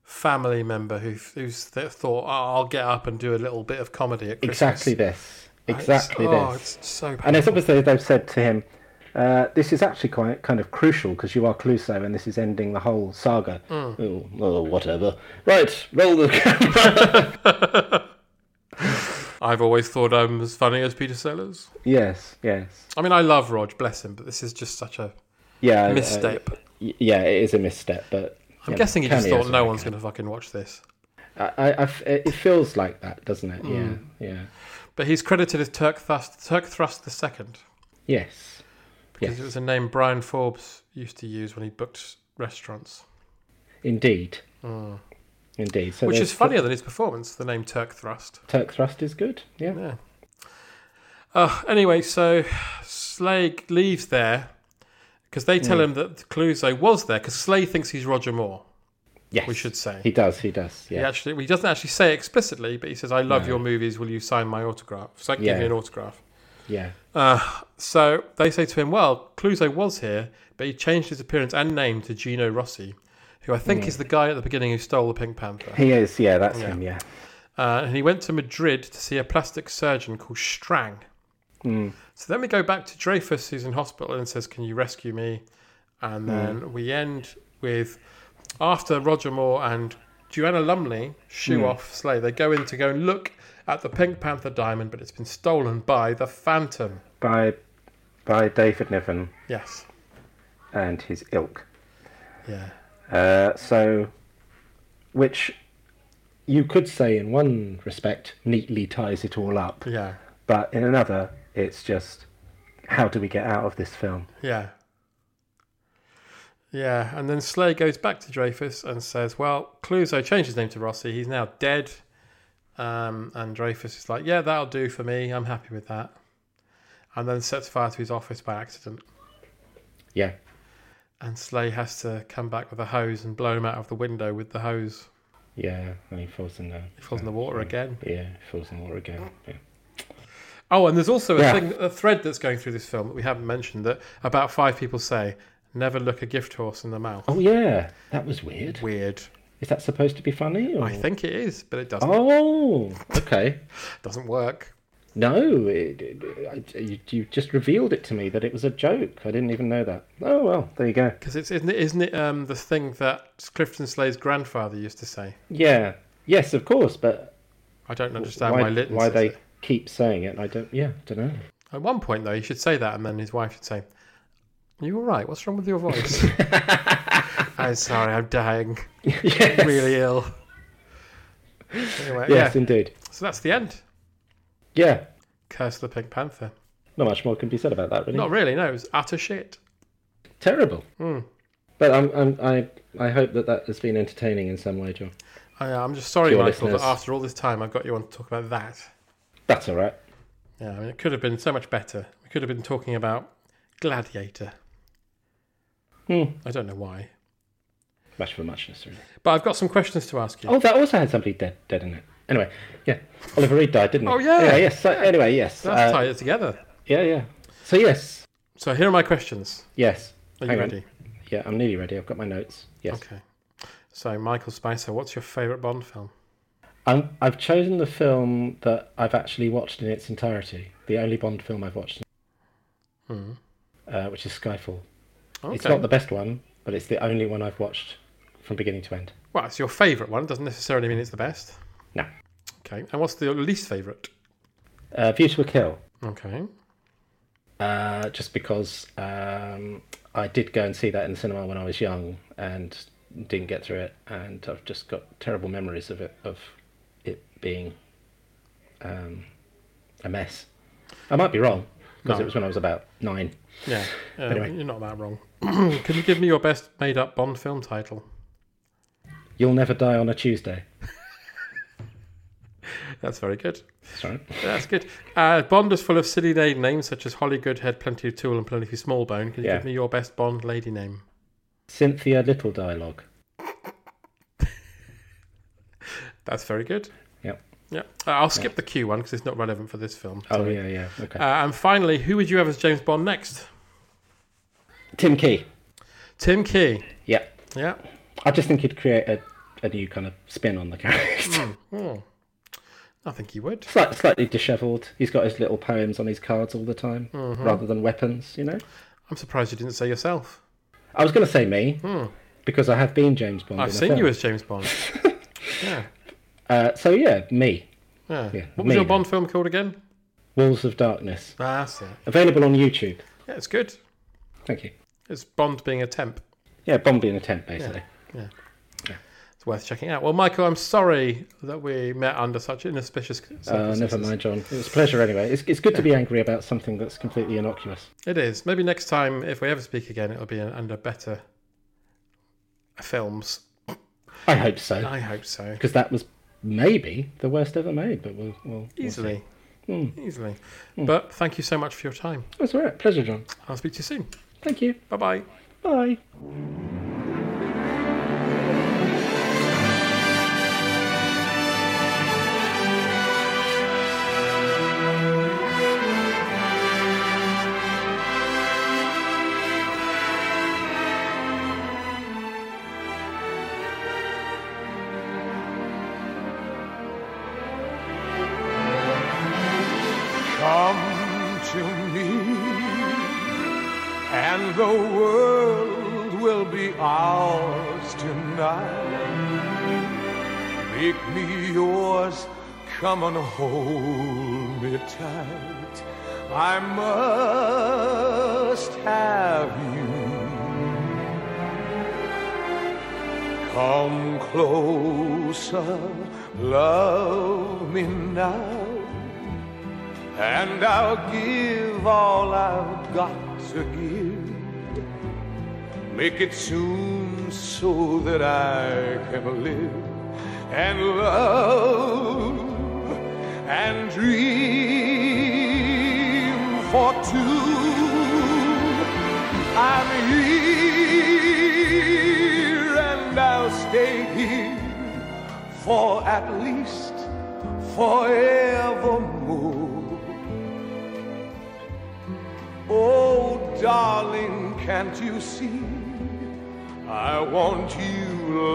[SPEAKER 3] family member who who's th- thought, oh, "I'll get up and do a little bit of comedy at Christmas."
[SPEAKER 4] exactly this,
[SPEAKER 3] And it's-
[SPEAKER 4] exactly
[SPEAKER 3] oh,
[SPEAKER 4] this.
[SPEAKER 3] it's so
[SPEAKER 4] And it's
[SPEAKER 3] painful.
[SPEAKER 4] obviously they've said to him, uh, "This is actually quite kind of crucial because you are Cluso, and this is ending the whole saga."
[SPEAKER 3] Mm.
[SPEAKER 4] Oh, oh, whatever. Right, roll the camera.
[SPEAKER 3] I've always thought I'm as funny as Peter Sellers.
[SPEAKER 4] yes, yes,
[SPEAKER 3] I mean, I love Rog, bless him, but this is just such a
[SPEAKER 4] yeah. I- I-
[SPEAKER 3] misstep.
[SPEAKER 4] y- yeah, it is a misstep, but
[SPEAKER 3] I'm
[SPEAKER 4] Uh, yeah,
[SPEAKER 3] guessing he just
[SPEAKER 4] cameos
[SPEAKER 3] thought
[SPEAKER 4] are
[SPEAKER 3] no
[SPEAKER 4] okay.
[SPEAKER 3] one's going to fucking watch this.
[SPEAKER 4] I, I- I f- it feels like that, doesn't it?
[SPEAKER 3] Mm.
[SPEAKER 4] Yeah, yeah,
[SPEAKER 3] But he's credited as Turk Thrust, Turk Thrust the Second,
[SPEAKER 4] yes,
[SPEAKER 3] because it was a name Brian Forbes used to use when he booked restaurants.
[SPEAKER 4] indeed,
[SPEAKER 3] Mm.
[SPEAKER 4] indeed. So
[SPEAKER 3] Which
[SPEAKER 4] there's
[SPEAKER 3] is funnier than his performance, the name Turk Thrust.
[SPEAKER 4] Turk thrust is good. Yeah.
[SPEAKER 3] Yeah. Uh, anyway, so Slade leaves there because they tell
[SPEAKER 4] Mm.
[SPEAKER 3] him that Cluzo was there because Slade thinks he's Roger Moore.
[SPEAKER 4] Yes.
[SPEAKER 3] We should say.
[SPEAKER 4] He does. He does.
[SPEAKER 3] He
[SPEAKER 4] Yeah.
[SPEAKER 3] actually well, he doesn't actually say it explicitly, but he says, "I love
[SPEAKER 4] No.
[SPEAKER 3] your movies. Will you sign my autograph? So give
[SPEAKER 4] Yeah.
[SPEAKER 3] me an autograph."
[SPEAKER 4] Yeah.
[SPEAKER 3] Uh, so they say to him, "Well, Cluzo was here, but he changed his appearance and name to Gino Rossi, who I think
[SPEAKER 4] Mm.
[SPEAKER 3] is the guy at the beginning who stole the Pink Panther."
[SPEAKER 4] He is. Yeah. That's
[SPEAKER 3] Yeah.
[SPEAKER 4] him. Yeah.
[SPEAKER 3] Uh, and he went to Madrid to see a plastic surgeon called Strang.
[SPEAKER 4] Mm.
[SPEAKER 3] So then we go back to Dreyfus, who's in hospital, and says, "Can you rescue me?"
[SPEAKER 4] Hmm.
[SPEAKER 3] And then we end with after Roger Moore and Joanna Lumley shoo
[SPEAKER 4] Hmm.
[SPEAKER 3] off Slay. They go in to go and look at the Pink Panther diamond, but it's been stolen by the Phantom.
[SPEAKER 4] By, by David Niven
[SPEAKER 3] Yes.
[SPEAKER 4] and his ilk.
[SPEAKER 3] Yeah.
[SPEAKER 4] Uh, so, which you could say in one respect neatly ties it all up,
[SPEAKER 3] Yeah.
[SPEAKER 4] but in another, it's just how do we get out of this film?
[SPEAKER 3] Yeah. Yeah, and then Slay goes back to Dreyfus and says, Well, Cluzo changed his name to Rossi. He's now dead. Um, and Dreyfus is like, Yeah, that'll do for me. I'm happy with that. And then sets fire to his office by accident.
[SPEAKER 4] Yeah.
[SPEAKER 3] And Slay has to come back with a hose and blow him out of the window with the hose.
[SPEAKER 4] Yeah. And he falls in the.
[SPEAKER 3] He falls in the water again.
[SPEAKER 4] Yeah. He falls in the water again. Yeah.
[SPEAKER 3] Oh, and there's also a
[SPEAKER 4] Yeah.
[SPEAKER 3] thing, a thread that's going through this film that we haven't mentioned that about five people say, Never look a gift horse in the mouth.
[SPEAKER 4] Oh yeah, that was weird.
[SPEAKER 3] Weird.
[SPEAKER 4] Is that supposed to be funny? Or...
[SPEAKER 3] I think it is, but it doesn't.
[SPEAKER 4] Mm. Oh, okay.
[SPEAKER 3] doesn't work.
[SPEAKER 4] No, it, it, I- you, you just revealed it to me that it was a joke. I didn't even know that. Oh well, there you go.
[SPEAKER 3] Because it's isn't it, isn't it um, the thing that Clifton Slade's grandfather used to say?
[SPEAKER 4] Yeah, yes, of course, but
[SPEAKER 3] I don't understand
[SPEAKER 4] why,
[SPEAKER 3] why, Lytton
[SPEAKER 4] why
[SPEAKER 3] says
[SPEAKER 4] they
[SPEAKER 3] it.
[SPEAKER 4] keep saying it? I don't. Yeah, don't know.
[SPEAKER 3] At one point though, he should say that, and then his wife should say, "Are you all right? What's wrong with your voice?" I'm sorry, I'm dying,
[SPEAKER 4] yes,
[SPEAKER 3] really ill. Anyway,
[SPEAKER 4] yes,
[SPEAKER 3] yeah.
[SPEAKER 4] indeed.
[SPEAKER 3] So that's the end.
[SPEAKER 4] Yeah,
[SPEAKER 3] Curse of the Pink Panther.
[SPEAKER 4] not much more can be said about that, really.
[SPEAKER 3] Not really. No, it was utter shit.
[SPEAKER 4] Terrible.
[SPEAKER 3] Mm.
[SPEAKER 4] But I'm, I'm, I, I hope that that has been entertaining in some way, John.
[SPEAKER 3] I, I'm just sorry,
[SPEAKER 4] To your
[SPEAKER 3] Michael,
[SPEAKER 4] listeners.
[SPEAKER 3] that after all this time, I've got you on to talk about that.
[SPEAKER 4] That's all right.
[SPEAKER 3] Yeah, I mean, it could have been so much better. We could have been talking about Gladiator.
[SPEAKER 4] Hmm.
[SPEAKER 3] I don't know why.
[SPEAKER 4] Much for muchness, really.
[SPEAKER 3] But I've got some questions to ask you.
[SPEAKER 4] Oh, that also had somebody dead, dead in it. Anyway, yeah, Oliver Reed died, didn't he?
[SPEAKER 3] Oh, yeah.
[SPEAKER 4] Anyway, yes. So, anyway, yes.
[SPEAKER 3] Let's
[SPEAKER 4] uh,
[SPEAKER 3] tie it together.
[SPEAKER 4] yeah, yeah. So yes,
[SPEAKER 3] So here are my questions.
[SPEAKER 4] yes.
[SPEAKER 3] Are
[SPEAKER 4] Hang
[SPEAKER 3] you
[SPEAKER 4] on.
[SPEAKER 3] ready?
[SPEAKER 4] Yeah, I'm nearly ready. I've got my notes. Yes.
[SPEAKER 3] Okay. So Michael Spicer, what's your favourite Bond film?
[SPEAKER 4] I'm, I've chosen the film that I've actually watched in its entirety. The only Bond film I've watched,
[SPEAKER 3] Hmm.
[SPEAKER 4] uh, which is Skyfall.
[SPEAKER 3] Okay.
[SPEAKER 4] It's not the best one, but it's the only one I've watched from beginning to end.
[SPEAKER 3] Well, it's your favourite one. Doesn't necessarily mean it's the best.
[SPEAKER 4] No.
[SPEAKER 3] Okay. And what's the, your least favourite?
[SPEAKER 4] Uh, View to a Kill.
[SPEAKER 3] Okay.
[SPEAKER 4] Uh, just because um, I did go and see that in the cinema when I was young and didn't get through it, and I've just got terrible memories of it of it being um, a mess. I might be wrong because
[SPEAKER 3] No.
[SPEAKER 4] it was when I was about nine.
[SPEAKER 3] Yeah. Uh,
[SPEAKER 4] Anyway.
[SPEAKER 3] You're not that wrong. Can you give me your best made-up Bond film title?
[SPEAKER 4] You'll never die on a Tuesday.
[SPEAKER 3] That's very good.
[SPEAKER 4] Sorry.
[SPEAKER 3] That's good. Uh, Bond is full of silly lady names such as Holly Goodhead, Plenty of Tool, and Plenty of Smallbone. Can you
[SPEAKER 4] Yeah.
[SPEAKER 3] give me your best Bond lady name?
[SPEAKER 4] Cynthia Little dialogue.
[SPEAKER 3] That's very good.
[SPEAKER 4] Yep.
[SPEAKER 3] Yeah. Uh, I'll skip the Q one because it's not relevant for this film.
[SPEAKER 4] Oh yeah, yeah. Okay.
[SPEAKER 3] Uh, and finally, who would you have as James Bond next?
[SPEAKER 4] Tim Key.
[SPEAKER 3] Tim Key.
[SPEAKER 4] Yeah.
[SPEAKER 3] Yeah.
[SPEAKER 4] I just think he'd create a, a new kind of spin on the character.
[SPEAKER 3] Hmm. I think he would.
[SPEAKER 4] Slight, slightly dishevelled. He's got his little poems on his cards all the time,
[SPEAKER 3] Mhm.
[SPEAKER 4] rather than weapons. You know.
[SPEAKER 3] I'm surprised you didn't say yourself.
[SPEAKER 4] I was going to say me
[SPEAKER 3] Hmm.
[SPEAKER 4] because I have been James Bond.
[SPEAKER 3] I've
[SPEAKER 4] in a
[SPEAKER 3] seen you
[SPEAKER 4] film.
[SPEAKER 3] as James Bond. yeah.
[SPEAKER 4] Uh, so yeah, me.
[SPEAKER 3] Yeah.
[SPEAKER 4] Yeah,
[SPEAKER 3] What was your
[SPEAKER 4] me.
[SPEAKER 3] Bond film called again?
[SPEAKER 4] Walls of Darkness.
[SPEAKER 3] Ah, that's it.
[SPEAKER 4] Available on YouTube.
[SPEAKER 3] Yeah, it's good.
[SPEAKER 4] Thank you.
[SPEAKER 3] It's Bond being a temp.
[SPEAKER 4] Yeah, Bond being a temp basically.
[SPEAKER 3] Yeah. It's worth checking out. Well, Michael, I'm sorry that we met under such inauspicious
[SPEAKER 4] Uh,
[SPEAKER 3] circumstances.
[SPEAKER 4] never mind, John. It was a pleasure anyway. It's, it's good to be angry about something that's completely innocuous.
[SPEAKER 3] It is. Maybe next time, if we ever speak again, it'll be in, under better films.
[SPEAKER 4] I hope so.
[SPEAKER 3] I hope so.
[SPEAKER 4] Because that was maybe the worst ever made, but we'll. we'll we'll
[SPEAKER 3] Easily.
[SPEAKER 4] see. Mm.
[SPEAKER 3] Easily. But thank you so much for your time.
[SPEAKER 4] That's all right. Pleasure, John.
[SPEAKER 3] I'll speak to you soon.
[SPEAKER 4] Thank you.
[SPEAKER 3] Bye bye.
[SPEAKER 4] Bye.
[SPEAKER 11] Come to me, and the world will be ours tonight. Make me yours, come and hold me tight. I must have you. Come closer, love me now. And I'll give all I've got to give. Make it soon so that I can live and love and dream for two. I'm here and I'll stay here for at least forevermore. Oh, darling, can't you see? I want you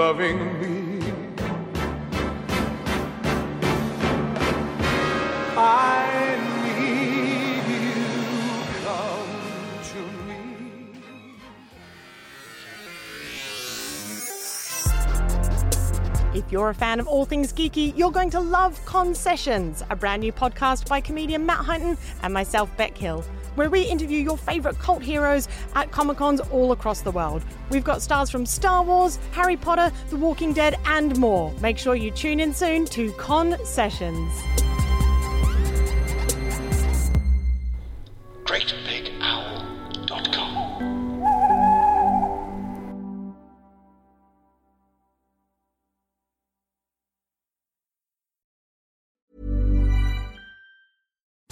[SPEAKER 11] loving me. I need you come to me.
[SPEAKER 12] If you're a fan of all things geeky, you're going to love Concessions, a brand new podcast by comedian Matt Hunton and myself, Beck Hill, where we interview your favourite cult heroes at Comic Cons all across the world. We've got stars from Star Wars, Harry Potter, The Walking Dead, and more. Make sure you tune in soon to Concessions.